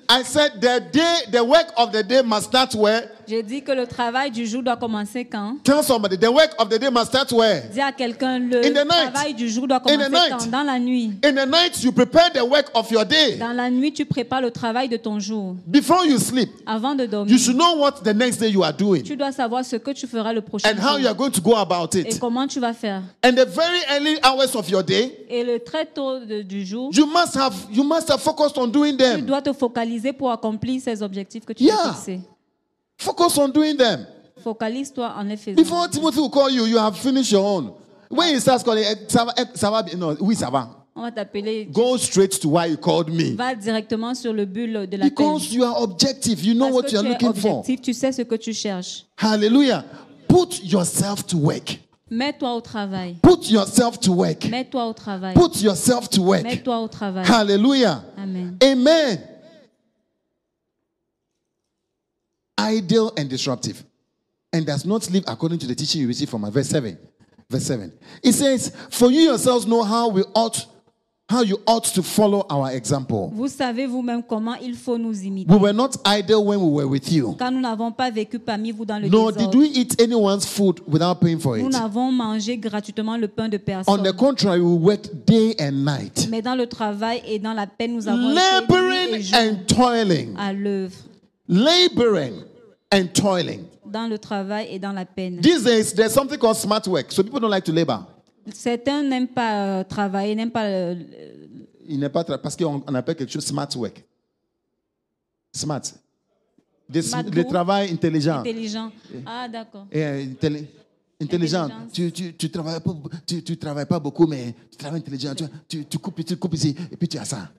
[SPEAKER 2] I said the day, the work of the day must start where?
[SPEAKER 1] Je dis que le travail du jour doit commencer quand
[SPEAKER 2] Tell somebody, the work of the day must start where?
[SPEAKER 1] Dis à quelqu'un,
[SPEAKER 2] In
[SPEAKER 1] le
[SPEAKER 2] the night.
[SPEAKER 1] travail du jour doit
[SPEAKER 2] In the
[SPEAKER 1] commencer
[SPEAKER 2] night.
[SPEAKER 1] quand Dans la nuit.
[SPEAKER 2] In the night, you prepare the work of your day.
[SPEAKER 1] Dans la nuit, tu prépares le travail de ton jour.
[SPEAKER 2] Before you sleep,
[SPEAKER 1] Avant de dormir,
[SPEAKER 2] you should know what the next day you are doing
[SPEAKER 1] tu dois savoir ce que tu feras le prochain
[SPEAKER 2] and how you
[SPEAKER 1] jour
[SPEAKER 2] are going to go about
[SPEAKER 1] et
[SPEAKER 2] it.
[SPEAKER 1] comment tu vas faire.
[SPEAKER 2] And the very early hours of your day,
[SPEAKER 1] Et le très tôt de- du jour,
[SPEAKER 2] You must have you must have focused on doing
[SPEAKER 1] tu
[SPEAKER 2] them.
[SPEAKER 1] dois te focaliser pour accomplir ces objectifs que tu
[SPEAKER 2] Yeah.
[SPEAKER 1] t'es fixés.
[SPEAKER 2] Focus on doing them.
[SPEAKER 1] Focalise-toi en les faisant.
[SPEAKER 2] Before Timothy will call you, you have finished your own. When he starts calling, eh, ça va, eh, ça va, bien. no, oui, ça va.
[SPEAKER 1] On va t'appeler.
[SPEAKER 2] Go straight to why you called me.
[SPEAKER 1] Va directement sur le but de la
[SPEAKER 2] Because you are objective, you know
[SPEAKER 1] Parce
[SPEAKER 2] what
[SPEAKER 1] que
[SPEAKER 2] you are
[SPEAKER 1] tu es
[SPEAKER 2] looking for.
[SPEAKER 1] objectif, tu sais ce que tu cherches.
[SPEAKER 2] Hallelujah. Put yourself to work.
[SPEAKER 1] Mets-toi au travail.
[SPEAKER 2] Put yourself to work.
[SPEAKER 1] Mets-toi au travail.
[SPEAKER 2] Put yourself to work.
[SPEAKER 1] Mets-toi au travail.
[SPEAKER 2] Hallelujah.
[SPEAKER 1] Amen.
[SPEAKER 2] Amen. Ideal and disruptive, and does not live according to the teaching you receive from us. Verse 7. Verse 7. It says, For you yourselves know how we ought how you ought to follow our example.
[SPEAKER 1] Vous savez vous-même comment il faut nous imiter.
[SPEAKER 2] We were not idle when we were with you.
[SPEAKER 1] Car nous n'avons pas vécu parmi vous dans le
[SPEAKER 2] Nor did
[SPEAKER 1] désordre.
[SPEAKER 2] we eat anyone's food without paying for
[SPEAKER 1] Nous
[SPEAKER 2] it.
[SPEAKER 1] n'avons mangé gratuitement le pain de
[SPEAKER 2] On
[SPEAKER 1] personne.
[SPEAKER 2] the contrary, we worked day and night,
[SPEAKER 1] Mais dans le travail et dans la peine, nous avons été nuit et
[SPEAKER 2] laboring
[SPEAKER 1] jour
[SPEAKER 2] and toiling,
[SPEAKER 1] à l'œuvre.
[SPEAKER 2] laboring and toiling.
[SPEAKER 1] Dans le travail et dans la peine.
[SPEAKER 2] These days, there's something called smart work, so people don't like to labor.
[SPEAKER 1] Certains n'aiment pas euh, travailler, n'aiment pas euh,
[SPEAKER 2] Il n'est pas tra- parce qu'on on appelle quelque chose smart work. Smart. Des-
[SPEAKER 1] Smart
[SPEAKER 2] le
[SPEAKER 1] work.
[SPEAKER 2] travail intelligent.
[SPEAKER 1] l'intelligent. Ah, d'accord.
[SPEAKER 2] Et, euh, intelli- intelligent.
[SPEAKER 1] Intelligence.
[SPEAKER 2] Tu, tu, tu travailles pas, tu, tu travailles pas beaucoup, mais tu travailles intelligent. Tu, tu, tu coupes, tu coupes ici, et puis tu as ça.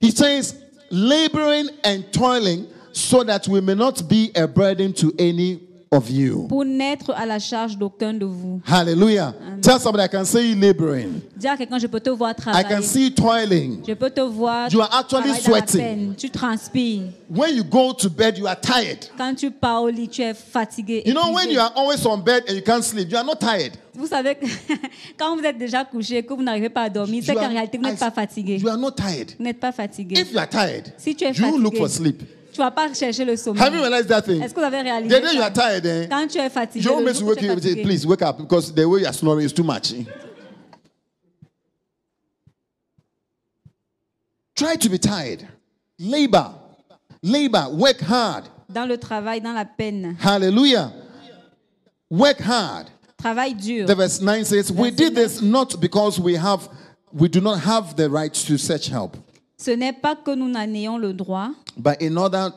[SPEAKER 2] He says, laboring and toiling so that we may not be a burden to any of you.
[SPEAKER 1] Pour n'être à la charge d'aucun de vous.
[SPEAKER 2] Hallelujah. Tell somebody, I can see you laboring.
[SPEAKER 1] Dis à quelqu'un, je peux te voir
[SPEAKER 2] I can
[SPEAKER 1] travailler.
[SPEAKER 2] see you toiling.
[SPEAKER 1] Je peux te voir
[SPEAKER 2] You are actually
[SPEAKER 1] travailler dans la
[SPEAKER 2] sweating.
[SPEAKER 1] peine. Tu transpires.
[SPEAKER 2] When you go to bed, you are tired.
[SPEAKER 1] Quand tu pars au lit, tu es fatigué.
[SPEAKER 2] You know,
[SPEAKER 1] épuisé.
[SPEAKER 2] when you are always on bed and you can't sleep, you are not tired.
[SPEAKER 1] Vous savez, que quand vous êtes déjà couché et que vous n'arrivez pas à dormir, c'est
[SPEAKER 2] You
[SPEAKER 1] qu'en
[SPEAKER 2] are-
[SPEAKER 1] réalité, vous n'êtes pas fatigué.
[SPEAKER 2] You are not tired.
[SPEAKER 1] Vous n'êtes pas fatigué.
[SPEAKER 2] If you are Mm. tired,
[SPEAKER 1] si tu es
[SPEAKER 2] you
[SPEAKER 1] fatigué,
[SPEAKER 2] look for sleep.
[SPEAKER 1] tu vas pas chercher le sommeil.
[SPEAKER 2] Have you realized that thing?
[SPEAKER 1] Est-ce que vous avez
[SPEAKER 2] The
[SPEAKER 1] réalisé
[SPEAKER 2] day you
[SPEAKER 1] ça?
[SPEAKER 2] are tired, eh,
[SPEAKER 1] Quand tu es fatigué,
[SPEAKER 2] you
[SPEAKER 1] le
[SPEAKER 2] always
[SPEAKER 1] jour où
[SPEAKER 2] wake
[SPEAKER 1] tu es
[SPEAKER 2] you up and say,
[SPEAKER 1] fatigué,
[SPEAKER 2] please wake up because the way you are snoring is too much. Try to be tired. Labor. Labor. Work hard.
[SPEAKER 1] dans le travail, dans la peine,
[SPEAKER 2] Hallelujah. Work hard.
[SPEAKER 1] travail dur.
[SPEAKER 2] The verse 9 says, We did this not because we have we do not have the right to such help,
[SPEAKER 1] Ce n'est pas que nous n'en ayons le droit,
[SPEAKER 2] but in order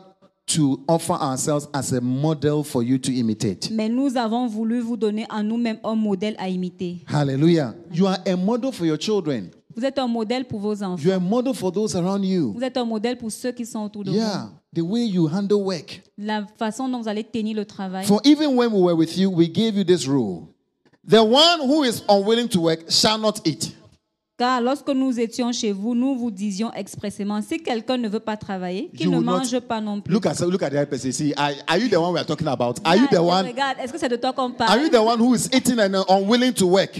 [SPEAKER 2] to offer ourselves as a model for you to imitate.
[SPEAKER 1] mais nous avons voulu vous donner en nous-mêmes un modèle à imiter.
[SPEAKER 2] Hallelujah. You are a model for your children.
[SPEAKER 1] Vous êtes un modèle pour vos enfants.
[SPEAKER 2] You are a model for those around you.
[SPEAKER 1] Vous êtes un modèle pour ceux qui sont autour de
[SPEAKER 2] Yeah. The way you handle work.
[SPEAKER 1] vous. La façon dont vous allez tenir le travail.
[SPEAKER 2] For even when we were with you, we gave you this rule. The one who is unwilling to work shall not eat.
[SPEAKER 1] Car lorsque nous étions chez vous, nous vous disions expressément, si quelqu'un ne veut pas travailler, qu'il
[SPEAKER 2] You
[SPEAKER 1] ne
[SPEAKER 2] will not-
[SPEAKER 1] mange pas non plus.
[SPEAKER 2] Look at look at the other person. See, are, are you the one we are talking about? Are you
[SPEAKER 1] Ah,
[SPEAKER 2] the one
[SPEAKER 1] Regarde, est-ce que c'est de toi qu'on
[SPEAKER 2] Are
[SPEAKER 1] parle
[SPEAKER 2] you the one who is eating and uh, unwilling to work?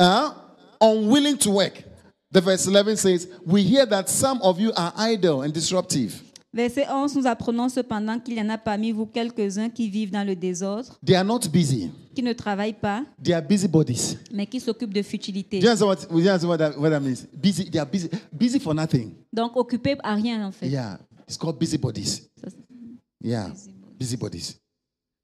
[SPEAKER 2] Huh? Unwilling to work. The verse 11 says, We hear that some of you are idle and disruptive.
[SPEAKER 1] Verset 11, nous apprenons cependant qu'il y en a parmi vous quelques-uns qui vivent dans le désordre,
[SPEAKER 2] They are not busy,
[SPEAKER 1] qui ne travaillent pas,
[SPEAKER 2] they are busybodies.
[SPEAKER 1] mais qui s'occupent de futilités.
[SPEAKER 2] Do you understand what, do you understand what, that, what that means? Busy, they are busy, busy for nothing.
[SPEAKER 1] Donc occupés à rien en fait.
[SPEAKER 2] Yeah, it's called busybodies.
[SPEAKER 1] Ça, c'est-
[SPEAKER 2] Yeah, busybodies.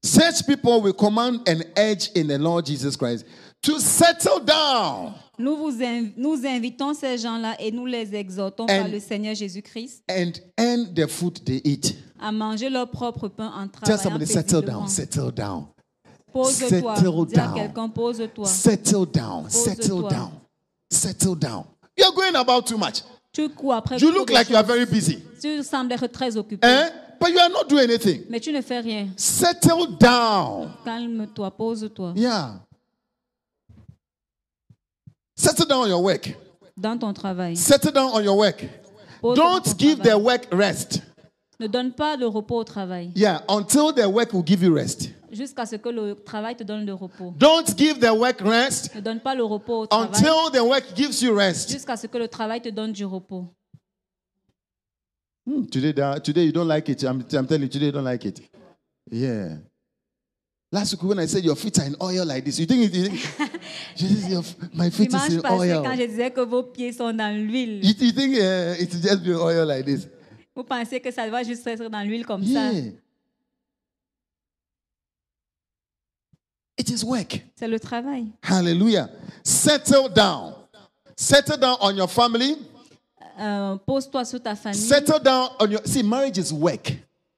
[SPEAKER 2] Such people will command an edge in the Lord Jesus Christ to settle down
[SPEAKER 1] Nous, vous inv- nous invitons ces gens-là et nous les exhortons
[SPEAKER 2] And-
[SPEAKER 1] par le Seigneur Jésus-Christ
[SPEAKER 2] and earn the food they eat.
[SPEAKER 1] à manger leur propre pain en travaillant
[SPEAKER 2] Tell somebody, settle down,
[SPEAKER 1] paisiblement.
[SPEAKER 2] settle down,
[SPEAKER 1] Pose-toi.
[SPEAKER 2] settle
[SPEAKER 1] Dis à
[SPEAKER 2] down.
[SPEAKER 1] quelqu'un, pose-toi.
[SPEAKER 2] settle down, settle
[SPEAKER 1] toi.
[SPEAKER 2] down, settle down. You're going about too much.
[SPEAKER 1] Tu cours après
[SPEAKER 2] You
[SPEAKER 1] trop
[SPEAKER 2] look
[SPEAKER 1] de
[SPEAKER 2] like you
[SPEAKER 1] choses.
[SPEAKER 2] are very busy,
[SPEAKER 1] Tu sembles être très occupé,
[SPEAKER 2] eh? but you are not doing anything.
[SPEAKER 1] mais tu ne fais rien.
[SPEAKER 2] Settle down.
[SPEAKER 1] Calme-toi, pose-toi
[SPEAKER 2] Yeah. Settle down on your work.
[SPEAKER 1] dans ton travail.
[SPEAKER 2] Settle down on your work.
[SPEAKER 1] Pose dans
[SPEAKER 2] Don't
[SPEAKER 1] ton
[SPEAKER 2] give the
[SPEAKER 1] travail.
[SPEAKER 2] work rest.
[SPEAKER 1] Ne donne pas le repos au travail
[SPEAKER 2] Yeah, until the work will give you rest.
[SPEAKER 1] jusqu'à ce que le travail te donne le repos.
[SPEAKER 2] Don't give the work rest
[SPEAKER 1] Ne donne pas le repos au travail
[SPEAKER 2] until the work gives you rest.
[SPEAKER 1] jusqu'à ce que le travail te donne du repos.
[SPEAKER 2] Hmm, today, there are- today you don't like it. I'm, I'm telling you, today you don't like it. Yeah. Last week when I said your feet are in oil like this, you think, it, you think Jesus, your, f- my feet is
[SPEAKER 1] Dimanche passé,
[SPEAKER 2] in
[SPEAKER 1] quand
[SPEAKER 2] oil.
[SPEAKER 1] je disais que vos pieds sont dans l'huile,
[SPEAKER 2] You, you think uh, it's just be oil like this?
[SPEAKER 1] vous pensez que ça doit juste être dans l'huile comme ça.
[SPEAKER 2] Yeah. It is work.
[SPEAKER 1] C'est le travail.
[SPEAKER 2] Hallelujah. Settle down. Settle down on your family.
[SPEAKER 1] Euh, Pose-toi sur ta famille.
[SPEAKER 2] Settle down on your. See, marriage is work.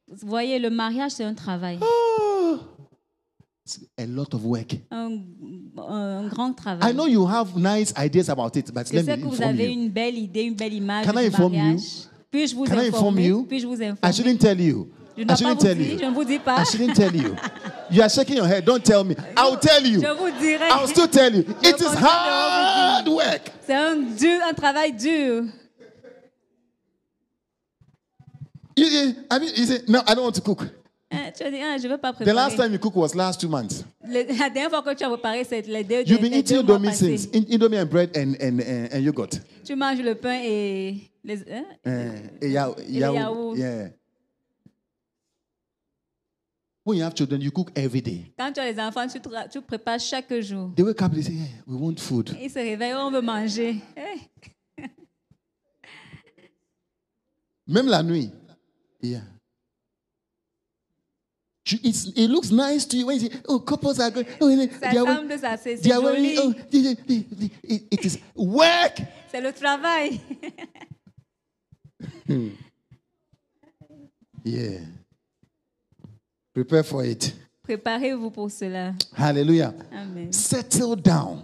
[SPEAKER 1] Vous voyez, le mariage, c'est un travail.
[SPEAKER 2] Oh, it's a lot of work.
[SPEAKER 1] Un, un grand
[SPEAKER 2] I
[SPEAKER 1] travail.
[SPEAKER 2] know you have nice ideas about it, but
[SPEAKER 1] Je
[SPEAKER 2] let
[SPEAKER 1] sais
[SPEAKER 2] me
[SPEAKER 1] que vous
[SPEAKER 2] inform
[SPEAKER 1] avez
[SPEAKER 2] you.
[SPEAKER 1] une belle idée, une belle image
[SPEAKER 2] Can I
[SPEAKER 1] du
[SPEAKER 2] inform you?
[SPEAKER 1] mariage. Puis-je vous
[SPEAKER 2] Can I inform
[SPEAKER 1] informer?
[SPEAKER 2] you?
[SPEAKER 1] Puis-je vous
[SPEAKER 2] I
[SPEAKER 1] informer?
[SPEAKER 2] shouldn't tell you.
[SPEAKER 1] Je ne
[SPEAKER 2] I
[SPEAKER 1] dois pas
[SPEAKER 2] shouldn't
[SPEAKER 1] vous
[SPEAKER 2] tell
[SPEAKER 1] dire, je
[SPEAKER 2] you.
[SPEAKER 1] ne vous dis pas.
[SPEAKER 2] I shouldn't tell you. You are shaking your head. Don't tell me. I'll tell you.
[SPEAKER 1] Je vous dirai.
[SPEAKER 2] I'll still tell you.
[SPEAKER 1] Je
[SPEAKER 2] It is
[SPEAKER 1] continue à vous
[SPEAKER 2] hard work.
[SPEAKER 1] C'est un, dur- un travail dur.
[SPEAKER 2] You- you- I mean, you say, no, I don't want to cook.
[SPEAKER 1] Hein, tu as dit, ah, je ne veux pas
[SPEAKER 2] The
[SPEAKER 1] préparer.
[SPEAKER 2] last time you cooked was last two months.
[SPEAKER 1] Le- la dernière fois que tu as préparé, c'est les deux,
[SPEAKER 2] You've
[SPEAKER 1] les
[SPEAKER 2] been
[SPEAKER 1] deux
[SPEAKER 2] eating
[SPEAKER 1] mois
[SPEAKER 2] Indomie
[SPEAKER 1] passés.
[SPEAKER 2] since. In- Indomie and bread and, and, and, and yogurt.
[SPEAKER 1] Tu manges le pain et les... hein?
[SPEAKER 2] Eh, eh, yao-
[SPEAKER 1] the
[SPEAKER 2] yao-
[SPEAKER 1] yaourt.
[SPEAKER 2] Yeah. When you have children, you cook every day.
[SPEAKER 1] Quand tu as les enfants, tu, tra- tu prépares chaque jour.
[SPEAKER 2] They wake up, they say, "Eh, We want food.
[SPEAKER 1] Ils se réveillent, on veut manger. Eh,
[SPEAKER 2] Même la nuit. Yeah. You- it's- it looks nice to you when you say, Oh, couples are going. Oh, they,
[SPEAKER 1] Ça
[SPEAKER 2] they are,
[SPEAKER 1] semble
[SPEAKER 2] wearing-
[SPEAKER 1] de ça, c'est c'est
[SPEAKER 2] they are wearing.
[SPEAKER 1] joli.
[SPEAKER 2] Oh, they- they- they- they- it- it is work.
[SPEAKER 1] C'est le travail.
[SPEAKER 2] Yeah. Prepare for it.
[SPEAKER 1] Préparez-vous pour cela.
[SPEAKER 2] Hallelujah.
[SPEAKER 1] Amen.
[SPEAKER 2] Settle down.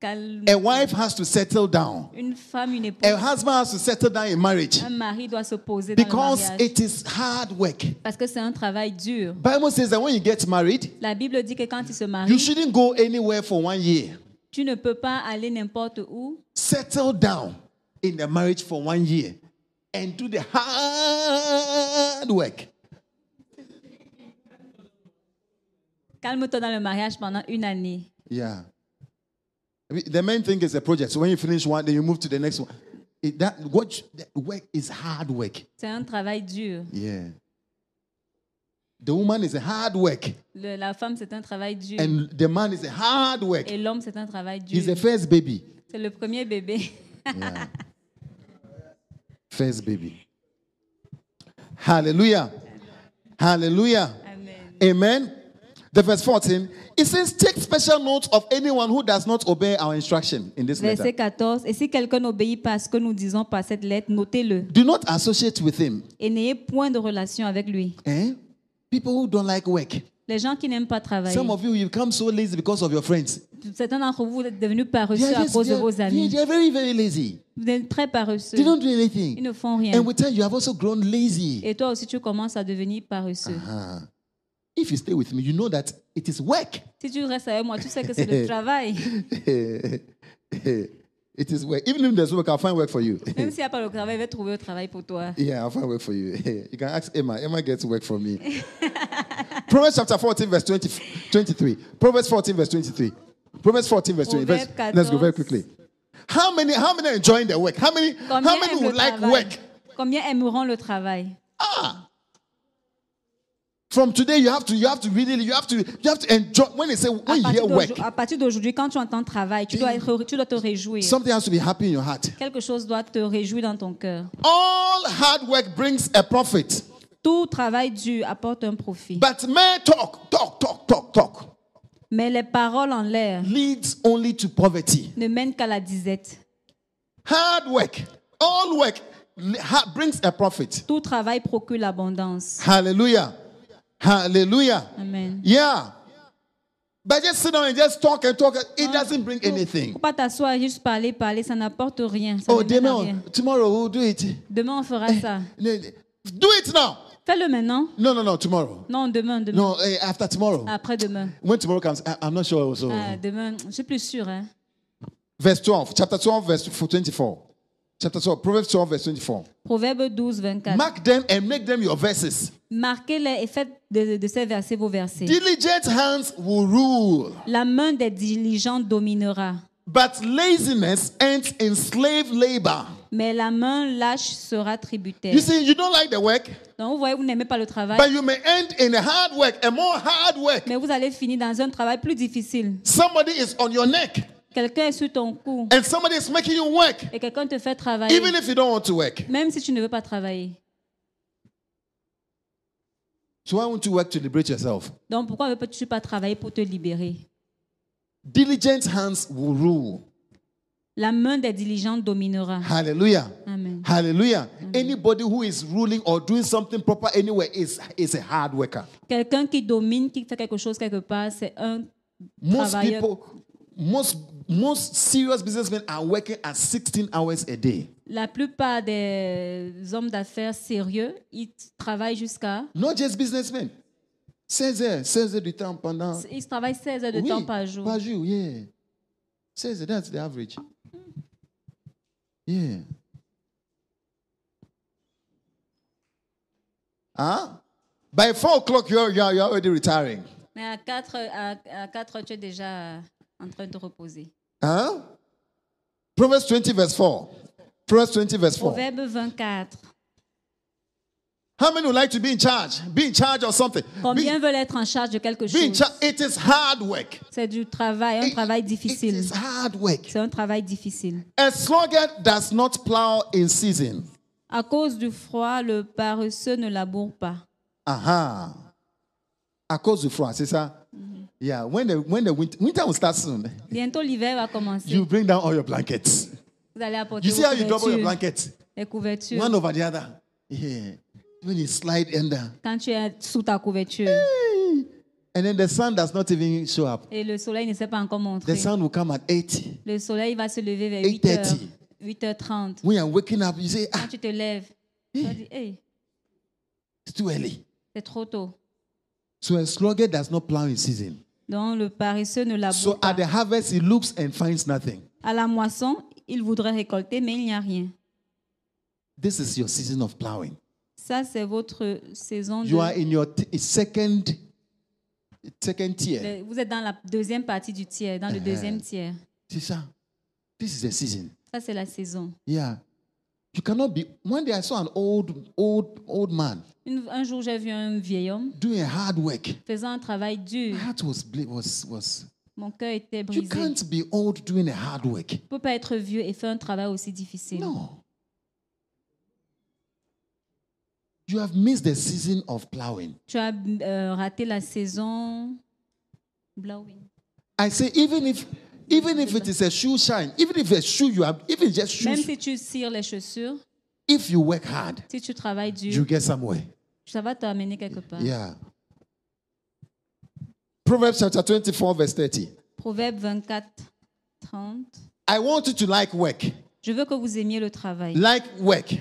[SPEAKER 1] Calme.
[SPEAKER 2] A wife has to settle down.
[SPEAKER 1] Une femme, une épouse,
[SPEAKER 2] A husband has to settle down in marriage
[SPEAKER 1] un mari doit se poser dans le
[SPEAKER 2] because
[SPEAKER 1] mariage.
[SPEAKER 2] it is hard work.
[SPEAKER 1] Parce que c'est un travail dur.
[SPEAKER 2] Bible says that when you get married,
[SPEAKER 1] La Bible dit que quand ils se
[SPEAKER 2] you
[SPEAKER 1] marient,
[SPEAKER 2] shouldn't go anywhere for one year.
[SPEAKER 1] tu ne peux pas aller n'importe où.
[SPEAKER 2] Settle down in the marriage for one year and do the hard work.
[SPEAKER 1] Calme-toi dans le mariage pendant une année.
[SPEAKER 2] Yeah. I mean, The main thing is a project. So when you finish one, then you move to the next one. It- that what you- that work is hard work.
[SPEAKER 1] C'est un travail dur.
[SPEAKER 2] Yeah. The woman is a hard work,
[SPEAKER 1] Le- la femme, c'est un travail dur.
[SPEAKER 2] and the man is a hard work.
[SPEAKER 1] Et l'homme, c'est un travail
[SPEAKER 2] He's
[SPEAKER 1] dur.
[SPEAKER 2] the first baby.
[SPEAKER 1] C'est le premier bébé.
[SPEAKER 2] First baby. Hallelujah. Hallelujah.
[SPEAKER 1] Amen.
[SPEAKER 2] Amen. The verse 14, it says, Take special note of anyone who does not obey our instruction in this
[SPEAKER 1] Verset
[SPEAKER 2] letter.
[SPEAKER 1] 14. Et si quelqu'un n'obéit pas à ce que nous disons par cette lettre, notez-le
[SPEAKER 2] Do not associate with him.
[SPEAKER 1] et n'ayez point de relation avec lui.
[SPEAKER 2] Eh? People who don't like work.
[SPEAKER 1] Les gens qui n'aiment pas travailler,
[SPEAKER 2] Some of you, you become so lazy because of your friends.
[SPEAKER 1] certains d'entre vous êtes devenus paresseux
[SPEAKER 2] They are
[SPEAKER 1] à
[SPEAKER 2] just-
[SPEAKER 1] cause
[SPEAKER 2] they
[SPEAKER 1] de
[SPEAKER 2] are-
[SPEAKER 1] vos
[SPEAKER 2] they-
[SPEAKER 1] amis.
[SPEAKER 2] they are very, very lazy.
[SPEAKER 1] Vous êtes très
[SPEAKER 2] They
[SPEAKER 1] paresseux.
[SPEAKER 2] don't do
[SPEAKER 1] Ils
[SPEAKER 2] anything.
[SPEAKER 1] ne font rien.
[SPEAKER 2] And with time, you have also grown lazy.
[SPEAKER 1] Et toi aussi, tu commences à devenir paresseux.
[SPEAKER 2] Uh-huh. If you stay with me, you know that it is work.
[SPEAKER 1] Si tu restes avec moi, tu sais que c'est le travail.
[SPEAKER 2] it is work. Even if there's work, I'll find work for you.
[SPEAKER 1] Même s'il n'y a pas le travail, il va trouver le travail pour toi.
[SPEAKER 2] Yeah, I'll find work for you. You can ask Emma. Emma gets work from me. Proverbs chapter 14, verse 20, 23. Proverbs 14, verse 23. Proverbs 14, verse 20. Verse,
[SPEAKER 1] Proverbe
[SPEAKER 2] let's go very
[SPEAKER 1] 14.
[SPEAKER 2] quickly. How many, how many are enjoying their work? How many, how
[SPEAKER 1] Combien
[SPEAKER 2] many
[SPEAKER 1] aiment
[SPEAKER 2] would
[SPEAKER 1] le
[SPEAKER 2] like
[SPEAKER 1] travail?
[SPEAKER 2] work?
[SPEAKER 1] Combien aimeront le travail
[SPEAKER 2] Ah! From today, you have to, you have to really, you have to, you have to enjoy. When they say,
[SPEAKER 1] à
[SPEAKER 2] when you hear
[SPEAKER 1] partir,
[SPEAKER 2] work,
[SPEAKER 1] d'aujourd'hui- à partir d'aujourd'hui, quand tu entends travail, tu dois, être- tu dois te réjouir.
[SPEAKER 2] something has to be happy in your heart.
[SPEAKER 1] Quelque chose doit te réjouir dans ton cœur.
[SPEAKER 2] All hard work brings a profit.
[SPEAKER 1] Tout travail dû apporte un profit.
[SPEAKER 2] But mere talk, talk, talk, talk, talk
[SPEAKER 1] Mais les paroles en l'air
[SPEAKER 2] leads only to poverty.
[SPEAKER 1] ne mènent qu'à la disette.
[SPEAKER 2] Hard work, all work li- ha- brings a profit.
[SPEAKER 1] Tout travail procure l'abondance.
[SPEAKER 2] Hallelujah. Hallelujah.
[SPEAKER 1] Amen.
[SPEAKER 2] Yeah. But just sit down and just talk and talk. It doesn't bring
[SPEAKER 1] Faut
[SPEAKER 2] anything.
[SPEAKER 1] pas t'asseoir et juste parler, parler, ça n'apporte rien. ça
[SPEAKER 2] Oh,
[SPEAKER 1] ne mène à
[SPEAKER 2] Damon,
[SPEAKER 1] rien.
[SPEAKER 2] tomorrow we'll do it.
[SPEAKER 1] Demain, on fera ça.
[SPEAKER 2] No, no, Do it now.
[SPEAKER 1] Fais-le maintenant.
[SPEAKER 2] No, no, no, tomorrow.
[SPEAKER 1] Non, demain, demain.
[SPEAKER 2] No, eh, after tomorrow.
[SPEAKER 1] Après demain.
[SPEAKER 2] When tomorrow comes, I- I'm not sure also.
[SPEAKER 1] Ah, demain, je suis plus sûre. hein.
[SPEAKER 2] Verse 12, chapter 12, verse 24. Chapter 12, Proverbs 12, verse 24.
[SPEAKER 1] Proverbe 12, 24.
[SPEAKER 2] Mark them and make them your verses.
[SPEAKER 1] Marquez-les et faites de, de ces versets vos versets.
[SPEAKER 2] Diligent hands will rule,
[SPEAKER 1] La main des diligents dominera,
[SPEAKER 2] but laziness ends in slave labor.
[SPEAKER 1] mais la main lâche sera tributaire.
[SPEAKER 2] You see, you don't like the work,
[SPEAKER 1] Donc, vous voyez, vous n'aimez pas le travail,
[SPEAKER 2] but you may end in a hard work, a more hard work.
[SPEAKER 1] mais vous allez finir dans un travail plus difficile.
[SPEAKER 2] Somebody is on your neck,
[SPEAKER 1] Quelqu'un est sur ton cou
[SPEAKER 2] and somebody is making you work,
[SPEAKER 1] et quelqu'un te fait travailler,
[SPEAKER 2] even if you don't want to work.
[SPEAKER 1] même si tu ne veux pas travailler.
[SPEAKER 2] So why won't you work to liberate yourself?
[SPEAKER 1] Donc, pourquoi ne peux-tu pas travailler pour te libérer
[SPEAKER 2] Diligent hands will rule.
[SPEAKER 1] La main des diligents dominera.
[SPEAKER 2] Hallelujah.
[SPEAKER 1] Amen.
[SPEAKER 2] Hallelujah. Anybody who is ruling or doing something proper anywhere is, is a hard worker.
[SPEAKER 1] Quelqu'un qui domine, qui fait quelque chose quelque part, c'est un
[SPEAKER 2] Most
[SPEAKER 1] travailleur.
[SPEAKER 2] people, most most serious businessmen are working at 16 hours a day.
[SPEAKER 1] La plupart des hommes d'affaires sérieux, ils travaillent jusqu'à.
[SPEAKER 2] Not just businessmen. 16 heures, 16 heures du temps pendant.
[SPEAKER 1] Ils travaillent 16 heures de
[SPEAKER 2] Oui,
[SPEAKER 1] temps par jour.
[SPEAKER 2] Par jour, yeah. 16 heures, that's the average. Yeah. Huh? By four o'clock, you're, you're, you're already retiring.
[SPEAKER 1] Mais à 4, à, à 4 tu es déjà en train de reposer.
[SPEAKER 2] Huh? Proverbs 20, verse 4. Proverbs 20, verse 4.
[SPEAKER 1] Proverbe 24.
[SPEAKER 2] How many would like to be in charge? Be in charge of something. Be,
[SPEAKER 1] Combien veulent être en charge de quelque
[SPEAKER 2] be in
[SPEAKER 1] chose
[SPEAKER 2] charge. It is hard work.
[SPEAKER 1] C'est du travail, un
[SPEAKER 2] It-
[SPEAKER 1] travail
[SPEAKER 2] It
[SPEAKER 1] difficile.
[SPEAKER 2] is hard work.
[SPEAKER 1] C'est un travail difficile.
[SPEAKER 2] A sluggard does not plow in season.
[SPEAKER 1] À cause du froid, le paresseux ne laboure pas.
[SPEAKER 2] Aha. À cause du froid, c'est ça? Yeah, when the, when the winter, winter will start soon,
[SPEAKER 1] Bientôt l'hiver va commencer.
[SPEAKER 2] you bring down all your blankets.
[SPEAKER 1] Vous allez apporter
[SPEAKER 2] You see
[SPEAKER 1] vos
[SPEAKER 2] how you double your
[SPEAKER 1] couvertures,
[SPEAKER 2] blankets?
[SPEAKER 1] les couvertures.
[SPEAKER 2] One over the other. Yeah. When you slide under.
[SPEAKER 1] Quand tu es sous ta couverture
[SPEAKER 2] And then the sun does not even show up.
[SPEAKER 1] et le soleil ne s'est pas encore
[SPEAKER 2] The
[SPEAKER 1] montré.
[SPEAKER 2] sun will come at 8.
[SPEAKER 1] Le soleil va se lever vers
[SPEAKER 2] 8:30.
[SPEAKER 1] 8h, 8h30.
[SPEAKER 2] When you're waking up, you say, ah,
[SPEAKER 1] Quand tu te lèves, tu vas dire, hey,
[SPEAKER 2] it's too early.
[SPEAKER 1] c'est trop tôt.
[SPEAKER 2] So a sluggard does not plow in season.
[SPEAKER 1] Donc le paresseux ne laboure
[SPEAKER 2] So
[SPEAKER 1] pas.
[SPEAKER 2] at the harvest, he looks and finds nothing.
[SPEAKER 1] À la moisson, il voudrait récolter, mais il n'y a rien.
[SPEAKER 2] This is your season of plowing.
[SPEAKER 1] Ça, c'est votre saison.
[SPEAKER 2] You are
[SPEAKER 1] De...
[SPEAKER 2] in your t- second, second tier.
[SPEAKER 1] Vous êtes dans la deuxième partie du tiers, dans le
[SPEAKER 2] Uh-huh.
[SPEAKER 1] deuxième tiers.
[SPEAKER 2] See, sir, this is the season.
[SPEAKER 1] Ça, c'est la saison.
[SPEAKER 2] Yeah. You cannot be. One day I saw an old, old, old man
[SPEAKER 1] Une- un jour, j'ai vu un vieil homme
[SPEAKER 2] doing hard work.
[SPEAKER 1] faisant un travail dur.
[SPEAKER 2] My heart was, bla- was, was.
[SPEAKER 1] Mon cœur était
[SPEAKER 2] You
[SPEAKER 1] brisé. Tu
[SPEAKER 2] can't be old doing a hard work.
[SPEAKER 1] ne peux pas être vieux et faire un travail aussi difficile.
[SPEAKER 2] No. You have missed the season of plowing.
[SPEAKER 1] Tu as euh, raté la saison. Blowing.
[SPEAKER 2] I say, even if, even if it is a shoe shine, even if a shoe you have, even just
[SPEAKER 1] Même
[SPEAKER 2] shoes,
[SPEAKER 1] si tu cires les chaussures,
[SPEAKER 2] if you work hard,
[SPEAKER 1] si tu travailles dur,
[SPEAKER 2] you get somewhere.
[SPEAKER 1] ça va t'amener quelque part.
[SPEAKER 2] Yeah. Proverbs chapter 24, verse 30.
[SPEAKER 1] Proverbe 24, 30.
[SPEAKER 2] I want you to like work.
[SPEAKER 1] Je veux que vous aimiez le travail.
[SPEAKER 2] Like work.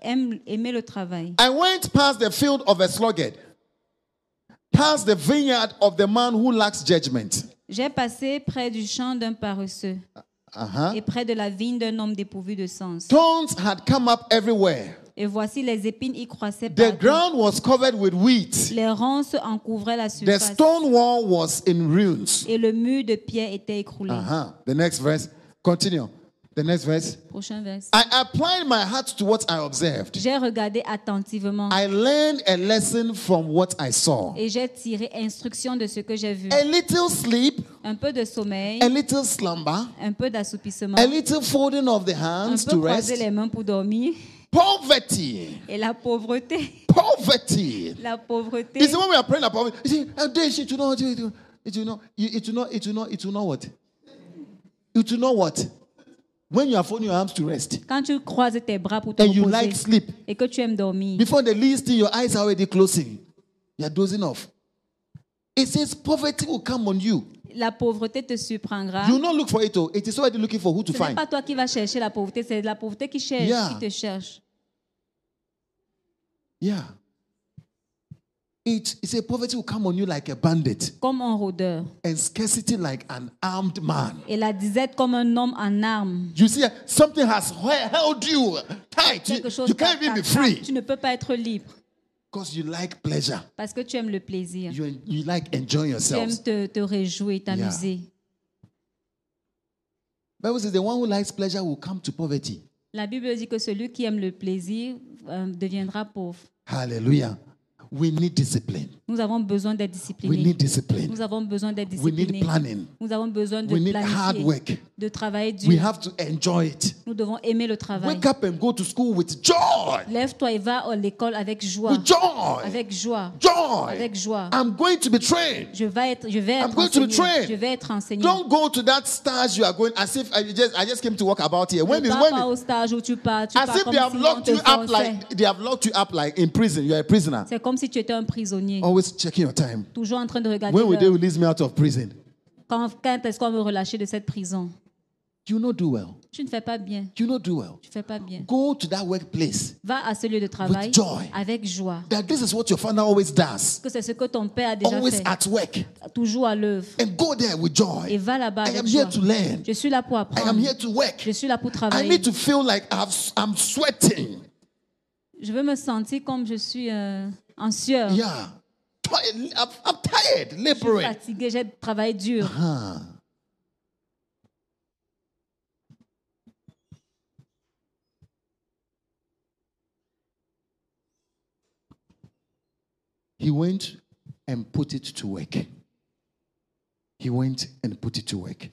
[SPEAKER 1] Aime, aimez le travail.
[SPEAKER 2] I went past the field of a sluggard, past the vineyard of the man who lacks judgment.
[SPEAKER 1] J'ai passé près du champ d'un paresseux
[SPEAKER 2] Uh-huh.
[SPEAKER 1] et près de la vigne d'un homme dépourvu de sens.
[SPEAKER 2] Thorns had come up everywhere.
[SPEAKER 1] Et voici les épines y croissaient
[SPEAKER 2] The
[SPEAKER 1] partout.
[SPEAKER 2] ground was covered with wheat.
[SPEAKER 1] Les ronces en couvraient la
[SPEAKER 2] The
[SPEAKER 1] surface
[SPEAKER 2] stone wall was in ruins.
[SPEAKER 1] et le mur de pierre était écroulé.
[SPEAKER 2] Uh-huh. The next verse. Continue. The next verse.
[SPEAKER 1] Prochain verset.
[SPEAKER 2] I applied my heart to what I observed.
[SPEAKER 1] J'ai regardé attentivement
[SPEAKER 2] I learned a lesson from what I saw.
[SPEAKER 1] et j'ai tiré instruction de ce que j'ai vu.
[SPEAKER 2] A little sleep,
[SPEAKER 1] Un peu de sommeil,
[SPEAKER 2] a little slumber,
[SPEAKER 1] un peu d'assoupissement,
[SPEAKER 2] a little folding of the
[SPEAKER 1] un
[SPEAKER 2] hands
[SPEAKER 1] peu
[SPEAKER 2] to
[SPEAKER 1] croiser
[SPEAKER 2] rest.
[SPEAKER 1] les mains pour dormir
[SPEAKER 2] Poverty.
[SPEAKER 1] et la pauvreté.
[SPEAKER 2] Poverty.
[SPEAKER 1] La
[SPEAKER 2] You
[SPEAKER 1] pauvreté.
[SPEAKER 2] see, when we are praying about poverty, you see, and then it will not, it will it will not, it will not, it will not, it will not what? It will not what? When you are folding your arms to rest
[SPEAKER 1] Quand tu croises tes bras pour te
[SPEAKER 2] and you
[SPEAKER 1] reposer
[SPEAKER 2] like sleep,
[SPEAKER 1] et que tu aimes dormir,
[SPEAKER 2] Before the least thing, your eyes are already closing. You are dozing off. It says poverty will come on you.
[SPEAKER 1] la pauvreté te surprendra.
[SPEAKER 2] You will not look for it. Oh, it is already looking for who
[SPEAKER 1] Ce
[SPEAKER 2] to
[SPEAKER 1] n'est
[SPEAKER 2] find.
[SPEAKER 1] pas toi qui vas chercher la pauvreté, c'est la pauvreté qui cherche,
[SPEAKER 2] Yeah.
[SPEAKER 1] qui te cherche.
[SPEAKER 2] Yeah. It, it says poverty will come on you like a bandit
[SPEAKER 1] Comme un rôdeur.
[SPEAKER 2] and scarcity like an armed man.
[SPEAKER 1] Et la disette comme un homme en armes.
[SPEAKER 2] You see, something has he- held you tight. You,
[SPEAKER 1] Quelque chose
[SPEAKER 2] you can't even be
[SPEAKER 1] t'attrape,
[SPEAKER 2] free
[SPEAKER 1] Tu ne peux pas être libre
[SPEAKER 2] because you like pleasure.
[SPEAKER 1] parce que tu aimes le plaisir.
[SPEAKER 2] You, you like enjoying
[SPEAKER 1] Tu aimes
[SPEAKER 2] yourself.
[SPEAKER 1] te, te réjouir, t'amuser.
[SPEAKER 2] Bible says the one who likes pleasure will come to poverty.
[SPEAKER 1] La Bible dit que celui qui aime le plaisir euh, deviendra pauvre.
[SPEAKER 2] Hallelujah. We need discipline.
[SPEAKER 1] Nous avons besoin d'être
[SPEAKER 2] We
[SPEAKER 1] disciplinés.
[SPEAKER 2] need discipline.
[SPEAKER 1] Nous avons besoin d'être
[SPEAKER 2] We need
[SPEAKER 1] disciplinés.
[SPEAKER 2] planning.
[SPEAKER 1] Nous avons besoin de
[SPEAKER 2] We need
[SPEAKER 1] planifier,
[SPEAKER 2] hard work.
[SPEAKER 1] de travailler
[SPEAKER 2] We
[SPEAKER 1] dur.
[SPEAKER 2] have to enjoy it.
[SPEAKER 1] Nous devons aimer le travail.
[SPEAKER 2] Wake up and go to school with joy.
[SPEAKER 1] Lève-toi et va à l'école avec joie.
[SPEAKER 2] With joy.
[SPEAKER 1] Avec joie.
[SPEAKER 2] Joy.
[SPEAKER 1] Avec joie.
[SPEAKER 2] I'm going to be trained.
[SPEAKER 1] Je vais être, je vais
[SPEAKER 2] I'm
[SPEAKER 1] être
[SPEAKER 2] going to be
[SPEAKER 1] enseigné.
[SPEAKER 2] trained.
[SPEAKER 1] Je vais être enseigné.
[SPEAKER 2] Don't go to that stage you are going as if I just I just came to walk about here. When
[SPEAKER 1] ne
[SPEAKER 2] is
[SPEAKER 1] pars
[SPEAKER 2] when
[SPEAKER 1] pas
[SPEAKER 2] is- Ah,
[SPEAKER 1] au stage où tu pars. Tu
[SPEAKER 2] as
[SPEAKER 1] pars
[SPEAKER 2] if
[SPEAKER 1] comme
[SPEAKER 2] they have
[SPEAKER 1] si on
[SPEAKER 2] locked
[SPEAKER 1] te
[SPEAKER 2] you up
[SPEAKER 1] forçait.
[SPEAKER 2] like they have locked you up like in prison. You are a prisoner.
[SPEAKER 1] C'est comme si tu étais un prisonnier,
[SPEAKER 2] Always checking your time.
[SPEAKER 1] toujours en train de regarder
[SPEAKER 2] When will they
[SPEAKER 1] l'heure.
[SPEAKER 2] release me out of prison?
[SPEAKER 1] quand, quand est-ce qu'on va me relâcher de cette prison.
[SPEAKER 2] You not do well.
[SPEAKER 1] Tu ne fais pas bien.
[SPEAKER 2] You not do well.
[SPEAKER 1] Tu fais pas bien.
[SPEAKER 2] Go to that workplace.
[SPEAKER 1] Va à ce lieu de travail
[SPEAKER 2] With joy.
[SPEAKER 1] avec joie.
[SPEAKER 2] That this is what your father always
[SPEAKER 1] Parce
[SPEAKER 2] does.
[SPEAKER 1] que c'est ce que ton père a déjà
[SPEAKER 2] Always
[SPEAKER 1] fait.
[SPEAKER 2] at work.
[SPEAKER 1] Toujours à l'œuvre.
[SPEAKER 2] And go there with joy.
[SPEAKER 1] Et va là-bas
[SPEAKER 2] I
[SPEAKER 1] avec
[SPEAKER 2] am here
[SPEAKER 1] joie.
[SPEAKER 2] to learn.
[SPEAKER 1] Je suis là pour
[SPEAKER 2] I am
[SPEAKER 1] apprendre.
[SPEAKER 2] here to work.
[SPEAKER 1] Je suis là pour
[SPEAKER 2] I
[SPEAKER 1] travailler.
[SPEAKER 2] need to feel like I've, I'm sweating.
[SPEAKER 1] Je veux me sentir comme je suis euh, en sueur. Je
[SPEAKER 2] Yeah. Tired- I'm, I'm tired,
[SPEAKER 1] suis
[SPEAKER 2] laboring.
[SPEAKER 1] fatigué, j'ai travaillé dur.
[SPEAKER 2] Huh. He went and put it to work. He went and put it to work.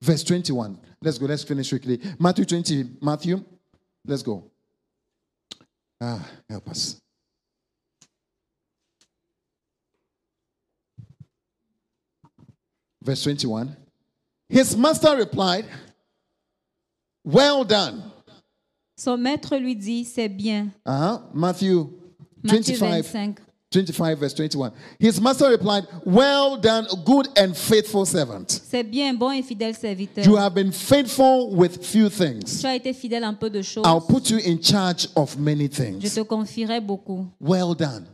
[SPEAKER 2] Verse 21. Let's go. Let's finish quickly. Matthew 20. Matthew, let's go. Ah, help us. Verse 21. His master replied, Well done.
[SPEAKER 1] Son maître lui dit, c'est bien.
[SPEAKER 2] Uh-huh. Matthew
[SPEAKER 1] Matthieu
[SPEAKER 2] 25,
[SPEAKER 1] 25.
[SPEAKER 2] 25, verse 21. His master replied, Well done, good and faithful servant.
[SPEAKER 1] C'est bien, bon et fidèle serviteur.
[SPEAKER 2] You have been faithful with few things.
[SPEAKER 1] Tu as été fidèle un peu de choses.
[SPEAKER 2] I'll put you in charge of many
[SPEAKER 1] Je
[SPEAKER 2] things.
[SPEAKER 1] te confierai beaucoup.
[SPEAKER 2] Well done,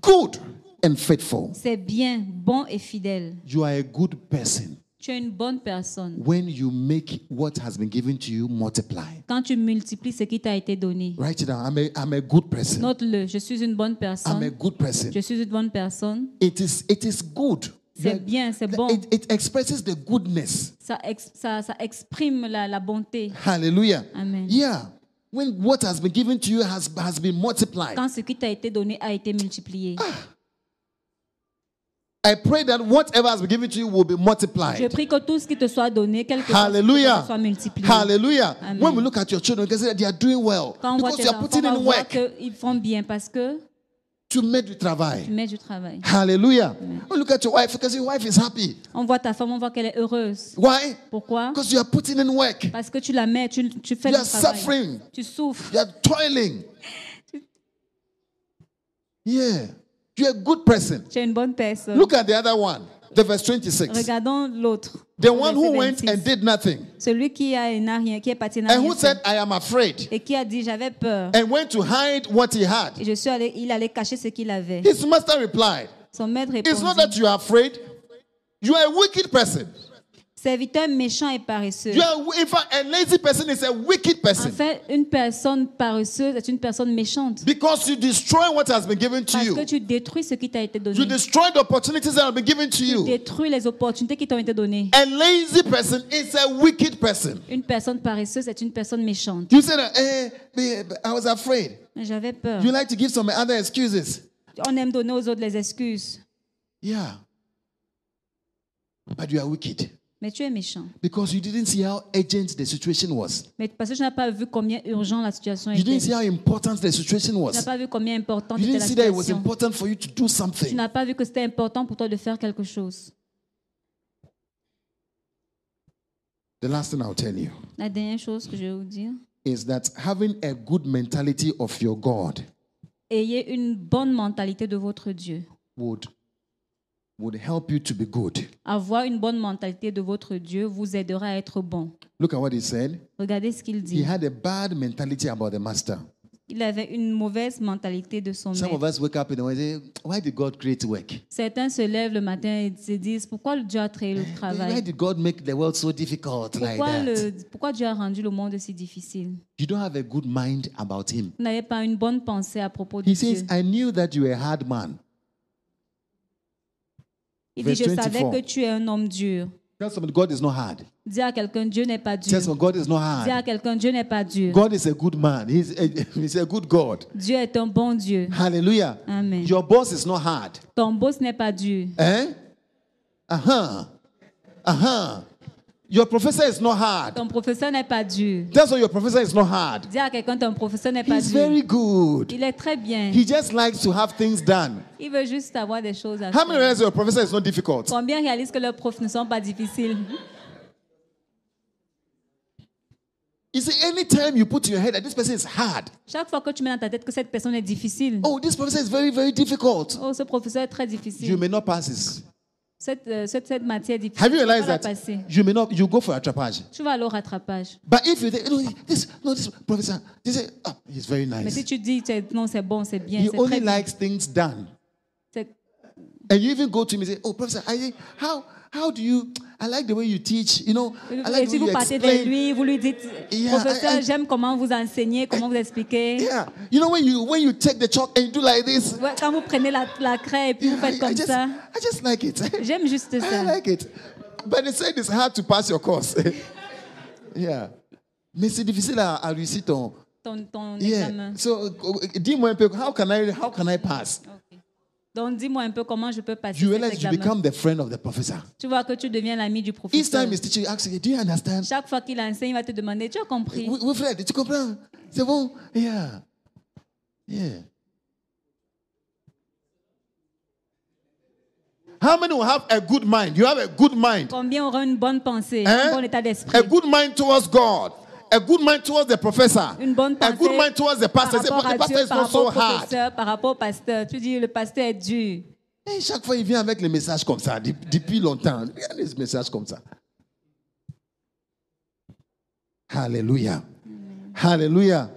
[SPEAKER 2] good and faithful.
[SPEAKER 1] C'est bien, bon et fidèle.
[SPEAKER 2] You are a good person
[SPEAKER 1] Tu es une bonne personne.
[SPEAKER 2] when you make what has been given to you multiply.
[SPEAKER 1] Quand tu multiplies ce qui t'a été donné,
[SPEAKER 2] Write it down. I'm a, I'm a good person.
[SPEAKER 1] note-le, je suis une bonne
[SPEAKER 2] I'm a
[SPEAKER 1] personne.
[SPEAKER 2] good person.
[SPEAKER 1] Je suis une bonne personne.
[SPEAKER 2] It is, it is good. You
[SPEAKER 1] C'est
[SPEAKER 2] are-
[SPEAKER 1] bien, c'est bon.
[SPEAKER 2] It, it expresses the goodness.
[SPEAKER 1] Ça, ex- ça, ça exprime la, la bonté.
[SPEAKER 2] Hallelujah.
[SPEAKER 1] Amen.
[SPEAKER 2] Yeah. When what has been given to you has, has been multiplied.
[SPEAKER 1] Quand ce qui t'a été donné a été multiplié.
[SPEAKER 2] Ah, I pray that whatever has been given to you will be
[SPEAKER 1] Je
[SPEAKER 2] multiplied.
[SPEAKER 1] prie que tout ce qui te soit donné, quelque chose
[SPEAKER 2] Hallelujah.
[SPEAKER 1] soit multiplié.
[SPEAKER 2] Hallelujah.
[SPEAKER 1] Amen.
[SPEAKER 2] When we look at your children, we can say that they are doing well.
[SPEAKER 1] Quand on voit
[SPEAKER 2] Because
[SPEAKER 1] tes
[SPEAKER 2] you are
[SPEAKER 1] enfants,
[SPEAKER 2] putting
[SPEAKER 1] on
[SPEAKER 2] in
[SPEAKER 1] voit
[SPEAKER 2] work
[SPEAKER 1] qu'ils font bien parce que
[SPEAKER 2] to make du
[SPEAKER 1] tu
[SPEAKER 2] travail.
[SPEAKER 1] mets du travail.
[SPEAKER 2] Hallelujah. When you look at your wife, you can say your wife is happy.
[SPEAKER 1] On voit ta femme, on voit qu'elle est heureuse.
[SPEAKER 2] Why?
[SPEAKER 1] Pourquoi
[SPEAKER 2] Because you are putting in work. You
[SPEAKER 1] Parce que tu la mets, tu, tu fais
[SPEAKER 2] You
[SPEAKER 1] le
[SPEAKER 2] are
[SPEAKER 1] travail.
[SPEAKER 2] suffering.
[SPEAKER 1] Tu souffres.
[SPEAKER 2] are toiling. Yeah. You're a good person.
[SPEAKER 1] Tu es une bonne personne.
[SPEAKER 2] Look at the other one, the verse
[SPEAKER 1] Oh
[SPEAKER 2] 26.
[SPEAKER 1] Regardons l'autre.
[SPEAKER 2] The
[SPEAKER 1] Au
[SPEAKER 2] one who
[SPEAKER 1] verset
[SPEAKER 2] went
[SPEAKER 1] 26.
[SPEAKER 2] and did nothing,
[SPEAKER 1] Celui qui a n'a rien, qui est parti n'a
[SPEAKER 2] and
[SPEAKER 1] rien
[SPEAKER 2] who said,
[SPEAKER 1] fait.
[SPEAKER 2] I am afraid,
[SPEAKER 1] et qui a dit j'avais peur.
[SPEAKER 2] and went to hide what he
[SPEAKER 1] Et
[SPEAKER 2] had.
[SPEAKER 1] je suis allé, il allait cacher ce qu'il avait.
[SPEAKER 2] His master replied,
[SPEAKER 1] Son maître
[SPEAKER 2] It's not
[SPEAKER 1] répondit
[SPEAKER 2] that you are afraid. You are a wicked person.
[SPEAKER 1] Serviteur méchant et paresseux.
[SPEAKER 2] You are, in fact, a lazy person is a wicked
[SPEAKER 1] En
[SPEAKER 2] person
[SPEAKER 1] fait, une personne paresseuse est une personne méchante.
[SPEAKER 2] because you destroy what has been given to
[SPEAKER 1] Parce que
[SPEAKER 2] you.
[SPEAKER 1] tu détruis ce qui t'a été donné.
[SPEAKER 2] You destroy the opportunities that have been given to
[SPEAKER 1] Tu
[SPEAKER 2] you.
[SPEAKER 1] détruis les opportunités qui t'ont été données.
[SPEAKER 2] A lazy person is a wicked person.
[SPEAKER 1] Une personne paresseuse est une personne méchante.
[SPEAKER 2] You said, eh, eh, I was afraid.
[SPEAKER 1] Mais J'avais peur.
[SPEAKER 2] You like to give some other excuses.
[SPEAKER 1] On aime donner aux autres les excuses.
[SPEAKER 2] Yeah. But you are wicked.
[SPEAKER 1] Mais tu es méchant.
[SPEAKER 2] Because you didn't see how urgent the situation was.
[SPEAKER 1] Mais parce que tu n'as pas vu combien urgent la situation
[SPEAKER 2] You
[SPEAKER 1] était.
[SPEAKER 2] didn't
[SPEAKER 1] Tu
[SPEAKER 2] see how important the situation
[SPEAKER 1] n'as
[SPEAKER 2] was.
[SPEAKER 1] pas vu combien importante
[SPEAKER 2] You
[SPEAKER 1] était
[SPEAKER 2] didn't
[SPEAKER 1] la
[SPEAKER 2] see that it was
[SPEAKER 1] situation.
[SPEAKER 2] important for you to do
[SPEAKER 1] Tu
[SPEAKER 2] something.
[SPEAKER 1] n'as pas vu que c'était important pour toi de faire quelque chose.
[SPEAKER 2] The last thing I'll tell you
[SPEAKER 1] La dernière chose que je vais vous dire,
[SPEAKER 2] is that having a good mentality of your God
[SPEAKER 1] ayez une bonne mentalité de votre Dieu.
[SPEAKER 2] would, would help you to be good.
[SPEAKER 1] Avoir une bonne mentalité de votre Dieu vous aidera à être bon.
[SPEAKER 2] Look at what he said.
[SPEAKER 1] Regardez ce qu'il
[SPEAKER 2] He
[SPEAKER 1] dit.
[SPEAKER 2] had a bad mentality about the master.
[SPEAKER 1] Il avait une mauvaise mentalité de son
[SPEAKER 2] Some of
[SPEAKER 1] maître.
[SPEAKER 2] us wake up in the morning and say, Why did God create work?
[SPEAKER 1] Certains se lèvent le matin et se disent pourquoi Dieu a créé le
[SPEAKER 2] Why
[SPEAKER 1] travail
[SPEAKER 2] did God make the world so difficult Eh, like
[SPEAKER 1] pourquoi,
[SPEAKER 2] that?
[SPEAKER 1] Ah, le- pourquoi Dieu a rendu le monde si difficile
[SPEAKER 2] You don't have a good mind about him.
[SPEAKER 1] Vous n'avez pas une bonne pensée à propos de
[SPEAKER 2] He
[SPEAKER 1] Dieu.
[SPEAKER 2] says, I knew that you were a hard man.
[SPEAKER 1] Il dit
[SPEAKER 2] verse
[SPEAKER 1] Je savais
[SPEAKER 2] 24.
[SPEAKER 1] que tu es un homme dur.
[SPEAKER 2] Tell somebody God is not hard.
[SPEAKER 1] Dis à quelqu'un Dieu n'est pas dur.
[SPEAKER 2] Tell somebody God is not
[SPEAKER 1] Dis à
[SPEAKER 2] hard.
[SPEAKER 1] quelqu'un Dieu n'est pas dur.
[SPEAKER 2] God is a good man. He's a, he's a good God.
[SPEAKER 1] Dieu est un bon Dieu.
[SPEAKER 2] Hallelujah.
[SPEAKER 1] Amen.
[SPEAKER 2] Your boss is not hard.
[SPEAKER 1] Ton boss n'est pas dur.
[SPEAKER 2] Eh? Uh huh. Uh huh. Your professor is not hard.
[SPEAKER 1] Ton professeur n'est pas dur.
[SPEAKER 2] That's why your professor is not hard.
[SPEAKER 1] Dis à quelqu'un ton professeur n'est pas
[SPEAKER 2] He's
[SPEAKER 1] dur.
[SPEAKER 2] very good.
[SPEAKER 1] Il est très bien.
[SPEAKER 2] He just likes to have things done.
[SPEAKER 1] Il veut juste avoir des choses à
[SPEAKER 2] How many
[SPEAKER 1] faire.
[SPEAKER 2] realize your professor is not difficult?
[SPEAKER 1] Combien réalisent que leurs profs ne sont pas difficiles
[SPEAKER 2] You see, anytime you put in your head that this person is hard,
[SPEAKER 1] Chaque fois que tu mets dans ta tête que cette personne est difficile,
[SPEAKER 2] oh, this professor is very, very difficult.
[SPEAKER 1] oh, ce professeur est très
[SPEAKER 2] You
[SPEAKER 1] difficile,
[SPEAKER 2] may not pass this.
[SPEAKER 1] cette, euh, cette, cette matière est difficile,
[SPEAKER 2] Have you
[SPEAKER 1] tu vas
[SPEAKER 2] realized
[SPEAKER 1] la
[SPEAKER 2] that
[SPEAKER 1] passer.
[SPEAKER 2] you may not you go for attrapage?
[SPEAKER 1] Tu vas aller au rattrapage.
[SPEAKER 2] But if you think, no, this no, this professor, this is, ah, he's very
[SPEAKER 1] Mais si
[SPEAKER 2] nice.
[SPEAKER 1] tu dis, tu es- non, c'est bon, c'est bien,
[SPEAKER 2] He
[SPEAKER 1] c'est
[SPEAKER 2] only
[SPEAKER 1] très bien.
[SPEAKER 2] likes things done.
[SPEAKER 1] c'est-
[SPEAKER 2] And you even go to him and say, Oh, professor, I, how How do you? I like the way you teach. You know, I
[SPEAKER 1] Et
[SPEAKER 2] like the
[SPEAKER 1] si
[SPEAKER 2] way
[SPEAKER 1] vous
[SPEAKER 2] you
[SPEAKER 1] partez vers
[SPEAKER 2] explain.
[SPEAKER 1] lui, vous lui dites,
[SPEAKER 2] Yeah, I-
[SPEAKER 1] professeur,
[SPEAKER 2] I-
[SPEAKER 1] j'aime comment vous enseignez, comment vous expliquez.
[SPEAKER 2] Yeah, you know when you when you take the chalk and you do like this.
[SPEAKER 1] Ouais, quand vous prenez la, la craie et puis vous
[SPEAKER 2] I,
[SPEAKER 1] faites
[SPEAKER 2] I
[SPEAKER 1] comme
[SPEAKER 2] just
[SPEAKER 1] ça.
[SPEAKER 2] I just like it.
[SPEAKER 1] J'aime juste
[SPEAKER 2] I
[SPEAKER 1] ça.
[SPEAKER 2] like it. But they said it's hard to pass your course. yeah. Mais c'est difficile à, à réussir ton.
[SPEAKER 1] Ton, ton
[SPEAKER 2] Yeah.
[SPEAKER 1] examen.
[SPEAKER 2] So, euh, dis-moi un peu, how can I, how can I pass?
[SPEAKER 1] Ok. Donc dis-moi un peu comment je peux passer
[SPEAKER 2] You
[SPEAKER 1] cet
[SPEAKER 2] realize you
[SPEAKER 1] examen.
[SPEAKER 2] become the friend of the professor.
[SPEAKER 1] Tu vois que tu deviens l'ami du
[SPEAKER 2] Each
[SPEAKER 1] professeur.
[SPEAKER 2] time he's teaching, you ask, him, do you understand?
[SPEAKER 1] Chaque fois qu'il enseigne, il va te demander, tu as compris.
[SPEAKER 2] Oui, oui, Fred, tu comprends? C'est bon? Yeah. Yeah. How many will have a good mind? You have a good mind.
[SPEAKER 1] Combien aura une bonne pensée,
[SPEAKER 2] Hein?
[SPEAKER 1] un bon état d'esprit.
[SPEAKER 2] A good mind towards God. A good mind towards the professor.
[SPEAKER 1] Une bonne
[SPEAKER 2] a
[SPEAKER 1] pensée
[SPEAKER 2] good mind towards the pastor.
[SPEAKER 1] par
[SPEAKER 2] Say,
[SPEAKER 1] rapport
[SPEAKER 2] but
[SPEAKER 1] à
[SPEAKER 2] the
[SPEAKER 1] Dieu,
[SPEAKER 2] pastor is
[SPEAKER 1] par
[SPEAKER 2] not
[SPEAKER 1] rapport
[SPEAKER 2] so
[SPEAKER 1] au
[SPEAKER 2] hard.
[SPEAKER 1] professeur, par rapport au pasteur. Tu dis, le pasteur est dur.
[SPEAKER 2] Et chaque fois, il vient avec les messages comme ça, dep- depuis longtemps. Regarde les messages comme ça. Hallelujah. Hallelujah.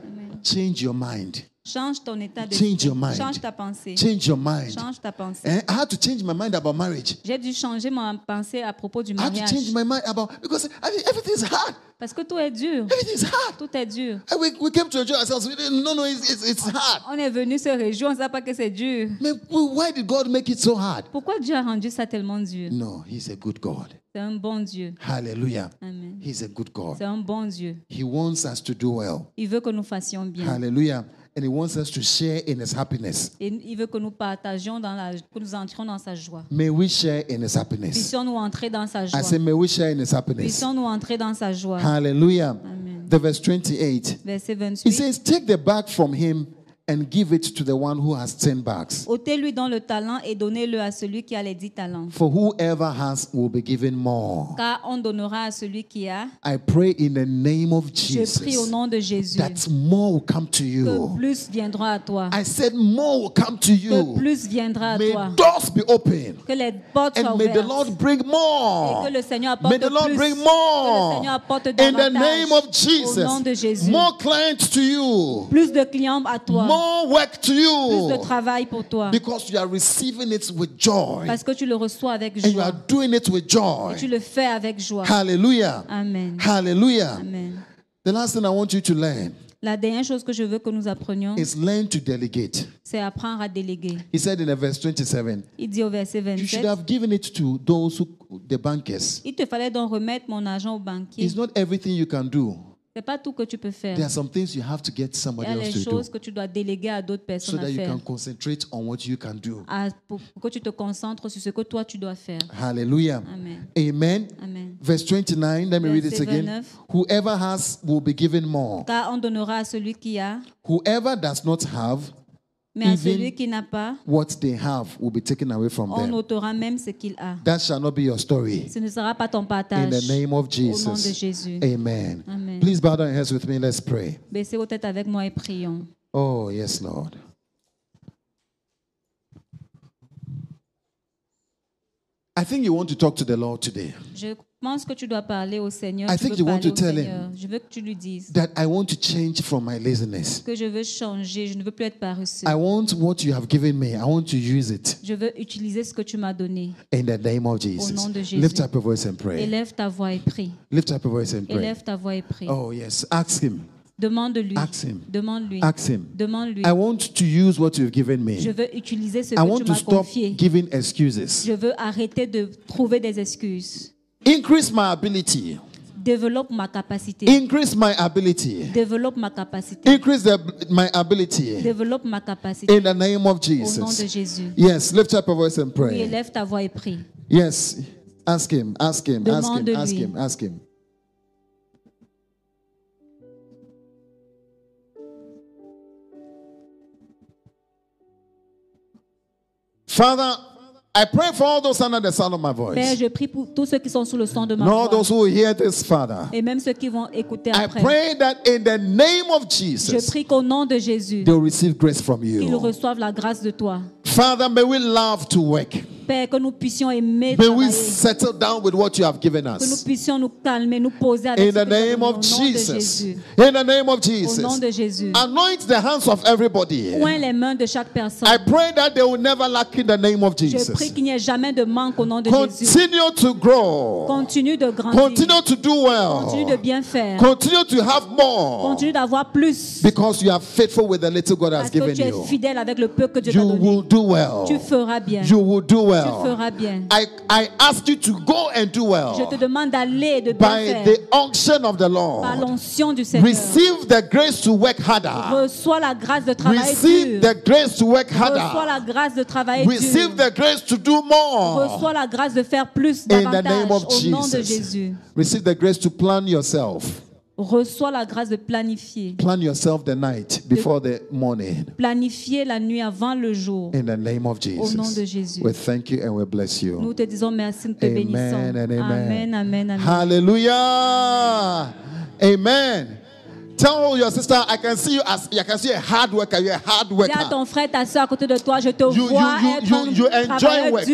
[SPEAKER 2] Change your mind.
[SPEAKER 1] Change ton état de
[SPEAKER 2] Change your mind.
[SPEAKER 1] Change ta pensée.
[SPEAKER 2] Change your mind.
[SPEAKER 1] Change ta pensée.
[SPEAKER 2] Eh, I had to change my mind about marriage.
[SPEAKER 1] J'ai dû changer ma pensée à propos du
[SPEAKER 2] I had to change
[SPEAKER 1] mariage.
[SPEAKER 2] my mind about because I mean, everything's hard.
[SPEAKER 1] Parce que tout est dur.
[SPEAKER 2] Everything's hard.
[SPEAKER 1] Tout est dur.
[SPEAKER 2] And we, we came to enjoy ourselves. We didn't, no, no, it's, it's, it's hard.
[SPEAKER 1] On est venu se réjouir, on ne sait pas que c'est dur.
[SPEAKER 2] Man, well, why did God make it so hard?
[SPEAKER 1] Pourquoi Dieu a rendu ça tellement dur
[SPEAKER 2] No, He's a good God.
[SPEAKER 1] C'est un bon Dieu.
[SPEAKER 2] Hallelujah.
[SPEAKER 1] Amen.
[SPEAKER 2] He's a good God.
[SPEAKER 1] C'est un bon Dieu.
[SPEAKER 2] He wants us to do well.
[SPEAKER 1] Il veut que nous fassions bien.
[SPEAKER 2] Hallelujah. And He wants us to share in His happiness.
[SPEAKER 1] Et il veut que nous partagions, dans la, que nous entrions dans sa joie.
[SPEAKER 2] May we share in His happiness.
[SPEAKER 1] Puissions-nous entrer dans sa
[SPEAKER 2] I
[SPEAKER 1] joie.
[SPEAKER 2] say, may we share in His happiness.
[SPEAKER 1] Puissions-nous entrer dans sa joie.
[SPEAKER 2] Hallelujah.
[SPEAKER 1] Amen.
[SPEAKER 2] The verse 28.
[SPEAKER 1] Verset
[SPEAKER 2] He
[SPEAKER 1] 28.
[SPEAKER 2] says, Take the bag from him and give it to the one who has 10 bags.
[SPEAKER 1] Ôtez-lui donc le talent et donnez-le à celui qui a les dix talents.
[SPEAKER 2] For whoever has will be given more.
[SPEAKER 1] Car on donnera à celui qui a.
[SPEAKER 2] I pray in the name of
[SPEAKER 1] Je prie au
[SPEAKER 2] Jesus
[SPEAKER 1] nom de Jésus
[SPEAKER 2] that more will come to
[SPEAKER 1] que
[SPEAKER 2] you.
[SPEAKER 1] plus viendra à toi.
[SPEAKER 2] I said, More will come to
[SPEAKER 1] Que
[SPEAKER 2] you.
[SPEAKER 1] plus viendra à
[SPEAKER 2] May
[SPEAKER 1] toi.
[SPEAKER 2] doors be open.
[SPEAKER 1] Que les portes soient
[SPEAKER 2] And may the
[SPEAKER 1] ouvertes.
[SPEAKER 2] Lord bring
[SPEAKER 1] Et
[SPEAKER 2] more.
[SPEAKER 1] que le Seigneur apporte
[SPEAKER 2] May the Lord
[SPEAKER 1] plus.
[SPEAKER 2] bring
[SPEAKER 1] Que le
[SPEAKER 2] more.
[SPEAKER 1] Seigneur apporte
[SPEAKER 2] In the
[SPEAKER 1] davantage.
[SPEAKER 2] name of
[SPEAKER 1] Au nom de
[SPEAKER 2] Jesus.
[SPEAKER 1] Jésus.
[SPEAKER 2] More clients to you.
[SPEAKER 1] Plus de clients à toi.
[SPEAKER 2] More work
[SPEAKER 1] Plus
[SPEAKER 2] to
[SPEAKER 1] de
[SPEAKER 2] you.
[SPEAKER 1] travail pour toi.
[SPEAKER 2] Because you are receiving it with joy.
[SPEAKER 1] Parce que tu le reçois avec
[SPEAKER 2] And you are
[SPEAKER 1] joie.
[SPEAKER 2] doing it with joy.
[SPEAKER 1] Tu le fais avec joie.
[SPEAKER 2] Hallelujah.
[SPEAKER 1] Amen.
[SPEAKER 2] Hallelujah.
[SPEAKER 1] Amen.
[SPEAKER 2] The last thing I want you to learn
[SPEAKER 1] La dernière chose que je veux que nous apprenions,
[SPEAKER 2] is learn to delegate.
[SPEAKER 1] c'est apprendre à déléguer.
[SPEAKER 2] He said in the verse 27,
[SPEAKER 1] Il dit au verset
[SPEAKER 2] you should
[SPEAKER 1] 27,
[SPEAKER 2] have given it to those who the bankers.
[SPEAKER 1] il te fallait donc remettre mon argent au banquier.
[SPEAKER 2] It's not everything you can do.
[SPEAKER 1] C'est pas tout que tu peux faire.
[SPEAKER 2] There are some things you have to get
[SPEAKER 1] Il
[SPEAKER 2] somebody
[SPEAKER 1] y a
[SPEAKER 2] else
[SPEAKER 1] les
[SPEAKER 2] to do
[SPEAKER 1] choses que tu dois déléguer à d'autres
[SPEAKER 2] so
[SPEAKER 1] personnes
[SPEAKER 2] that
[SPEAKER 1] à
[SPEAKER 2] you
[SPEAKER 1] faire,
[SPEAKER 2] can concentrate on what you can do.
[SPEAKER 1] à- pour pour que tu te concentres sur ce que toi tu dois faire.
[SPEAKER 2] Hallelujah.
[SPEAKER 1] Amen.
[SPEAKER 2] Amen.
[SPEAKER 1] Amen.
[SPEAKER 2] Verse 29, let me read it
[SPEAKER 1] Verset
[SPEAKER 2] again.
[SPEAKER 1] 29.
[SPEAKER 2] Whoever has will be given more.
[SPEAKER 1] Car on donnera à celui qui a,
[SPEAKER 2] Whoever does not have,
[SPEAKER 1] mais à
[SPEAKER 2] Even-
[SPEAKER 1] celui qui n'a pas,
[SPEAKER 2] what they have will be taken away from
[SPEAKER 1] on
[SPEAKER 2] them.
[SPEAKER 1] ôtera même ce qu'il a.
[SPEAKER 2] That shall not be your story.
[SPEAKER 1] Ce ne sera pas ton
[SPEAKER 2] In
[SPEAKER 1] partage.
[SPEAKER 2] oh, the name of
[SPEAKER 1] Au nom de
[SPEAKER 2] Jesus.
[SPEAKER 1] Jésus.
[SPEAKER 2] Amen.
[SPEAKER 1] Amen.
[SPEAKER 2] Please bow down your heads with me. Let's pray.
[SPEAKER 1] Baissez vos têtes avec moi et prions.
[SPEAKER 2] Oh, yes, Lord. I think you want to talk to the Lord today.
[SPEAKER 1] Je pense que tu dois parler au Seigneur.
[SPEAKER 2] I
[SPEAKER 1] tu
[SPEAKER 2] think
[SPEAKER 1] veux
[SPEAKER 2] you want
[SPEAKER 1] parler
[SPEAKER 2] to
[SPEAKER 1] au
[SPEAKER 2] tell him.
[SPEAKER 1] Seigneur. Je veux que tu lui dises
[SPEAKER 2] That I want to change from my laziness.
[SPEAKER 1] que je veux changer. Je ne veux plus être paresseux.
[SPEAKER 2] I want what you have given me. I want to use it
[SPEAKER 1] Je veux utiliser ce que tu m'as donné.
[SPEAKER 2] in the name of Jesus.
[SPEAKER 1] nom de Jésus.
[SPEAKER 2] Lift up your voice and pray.
[SPEAKER 1] Élève ta voix et prie.
[SPEAKER 2] Lift up your voice and pray.
[SPEAKER 1] Élève ta voix et prie.
[SPEAKER 2] Oh, yes. Ask Him.
[SPEAKER 1] Demande-lui.
[SPEAKER 2] Ask him.
[SPEAKER 1] Demande-lui.
[SPEAKER 2] Ask Him.
[SPEAKER 1] Demande-lui.
[SPEAKER 2] I want to use what you've given
[SPEAKER 1] Je
[SPEAKER 2] me.
[SPEAKER 1] veux utiliser ce
[SPEAKER 2] I
[SPEAKER 1] que
[SPEAKER 2] want
[SPEAKER 1] tu
[SPEAKER 2] to
[SPEAKER 1] m'as
[SPEAKER 2] stop
[SPEAKER 1] confié.
[SPEAKER 2] giving excuses.
[SPEAKER 1] Je veux arrêter de trouver des excuses.
[SPEAKER 2] Increase my ability.
[SPEAKER 1] Développe ma capacité.
[SPEAKER 2] Increase my ability.
[SPEAKER 1] Développe ma capacité.
[SPEAKER 2] Increase the, my ability
[SPEAKER 1] Développe ma capacité.
[SPEAKER 2] in the name of
[SPEAKER 1] Au nom de
[SPEAKER 2] Jesus.
[SPEAKER 1] Jésus.
[SPEAKER 2] Yes, lift up your voice and
[SPEAKER 1] Oui,
[SPEAKER 2] pray.
[SPEAKER 1] élève ta voix et prie.
[SPEAKER 2] Yes, ask him, ask him, ask him,
[SPEAKER 1] Demande-lui.
[SPEAKER 2] ask him, ask him. Father, I pray for all those under the sound of my
[SPEAKER 1] Père,
[SPEAKER 2] voice,
[SPEAKER 1] je prie pour tous ceux qui sont sous le son de ma
[SPEAKER 2] and all
[SPEAKER 1] voix.
[SPEAKER 2] those who will hear this, Father.
[SPEAKER 1] Et même ceux qui vont écouter
[SPEAKER 2] I
[SPEAKER 1] après.
[SPEAKER 2] pray that in the name of
[SPEAKER 1] Je
[SPEAKER 2] Jesus,
[SPEAKER 1] prie qu'au nom de Jésus,
[SPEAKER 2] they'll receive grace from
[SPEAKER 1] qu'ils
[SPEAKER 2] you.
[SPEAKER 1] reçoivent la grâce de toi.
[SPEAKER 2] Father, may we love to work.
[SPEAKER 1] Père, que nous puissions aimer,
[SPEAKER 2] May we
[SPEAKER 1] travailler,
[SPEAKER 2] settle down with what you have given
[SPEAKER 1] que nous
[SPEAKER 2] us.
[SPEAKER 1] puissions nous calmer, nous poser avec
[SPEAKER 2] In
[SPEAKER 1] ce
[SPEAKER 2] the
[SPEAKER 1] que tu as
[SPEAKER 2] name
[SPEAKER 1] donné,
[SPEAKER 2] of
[SPEAKER 1] au nom de
[SPEAKER 2] Jesus.
[SPEAKER 1] Jésus.
[SPEAKER 2] In the name
[SPEAKER 1] Au nom
[SPEAKER 2] of Jesus.
[SPEAKER 1] de Jésus.
[SPEAKER 2] Anoint the hands of everybody.
[SPEAKER 1] Point les mains de chaque personne.
[SPEAKER 2] I pray that they will never lack in the name of
[SPEAKER 1] Je prie
[SPEAKER 2] Jesus.
[SPEAKER 1] qu'il n'y ait jamais de manque au nom de Jésus.
[SPEAKER 2] Continue to grow.
[SPEAKER 1] Continue de grandir.
[SPEAKER 2] Continue to do
[SPEAKER 1] Continue de
[SPEAKER 2] well.
[SPEAKER 1] bien faire.
[SPEAKER 2] Continue to have more.
[SPEAKER 1] Continue d'avoir plus.
[SPEAKER 2] Because you are faithful with the little God has
[SPEAKER 1] Parce que
[SPEAKER 2] given
[SPEAKER 1] tu es
[SPEAKER 2] you.
[SPEAKER 1] fidèle avec le peu que Dieu t'a
[SPEAKER 2] You
[SPEAKER 1] donné.
[SPEAKER 2] will do well.
[SPEAKER 1] Tu feras bien.
[SPEAKER 2] You will do
[SPEAKER 1] Tu
[SPEAKER 2] well.
[SPEAKER 1] feras bien.
[SPEAKER 2] I, I ask you to go and do
[SPEAKER 1] Je te
[SPEAKER 2] well.
[SPEAKER 1] demande d'aller et de bien
[SPEAKER 2] By
[SPEAKER 1] faire.
[SPEAKER 2] the unction of the
[SPEAKER 1] Par
[SPEAKER 2] Lord,
[SPEAKER 1] l'onction du Seigneur.
[SPEAKER 2] receive the grace to work harder.
[SPEAKER 1] Reçois la grâce de travailler
[SPEAKER 2] Receive
[SPEAKER 1] dur.
[SPEAKER 2] the grace to work
[SPEAKER 1] Reçois
[SPEAKER 2] harder.
[SPEAKER 1] la grâce de travailler dur.
[SPEAKER 2] Receive the grace to do more.
[SPEAKER 1] Reçois la grâce de faire plus
[SPEAKER 2] Oh. In the name
[SPEAKER 1] davantage
[SPEAKER 2] of
[SPEAKER 1] au nom de
[SPEAKER 2] Jesus.
[SPEAKER 1] Jésus.
[SPEAKER 2] Receive the grace to plan yourself.
[SPEAKER 1] Reçois la grâce de planifier.
[SPEAKER 2] Plan yourself the night before the morning.
[SPEAKER 1] Planifier la nuit avant le jour.
[SPEAKER 2] In the name of
[SPEAKER 1] nom de
[SPEAKER 2] Jesus.
[SPEAKER 1] Jésus.
[SPEAKER 2] We thank you and we bless
[SPEAKER 1] Nous
[SPEAKER 2] you.
[SPEAKER 1] te disons merci, nous te bénissons.
[SPEAKER 2] Amen and amen.
[SPEAKER 1] amen, amen. amen.
[SPEAKER 2] Hallelujah. Amen. Tell your sister, I can see you as I can see a hard worker. You're a hard
[SPEAKER 1] Dis à
[SPEAKER 2] worker.
[SPEAKER 1] ton frère, ta soeur à côté de toi, je te
[SPEAKER 2] You, you,
[SPEAKER 1] vois
[SPEAKER 2] you,
[SPEAKER 1] être
[SPEAKER 2] you,
[SPEAKER 1] un
[SPEAKER 2] you enjoy
[SPEAKER 1] travailleur
[SPEAKER 2] work.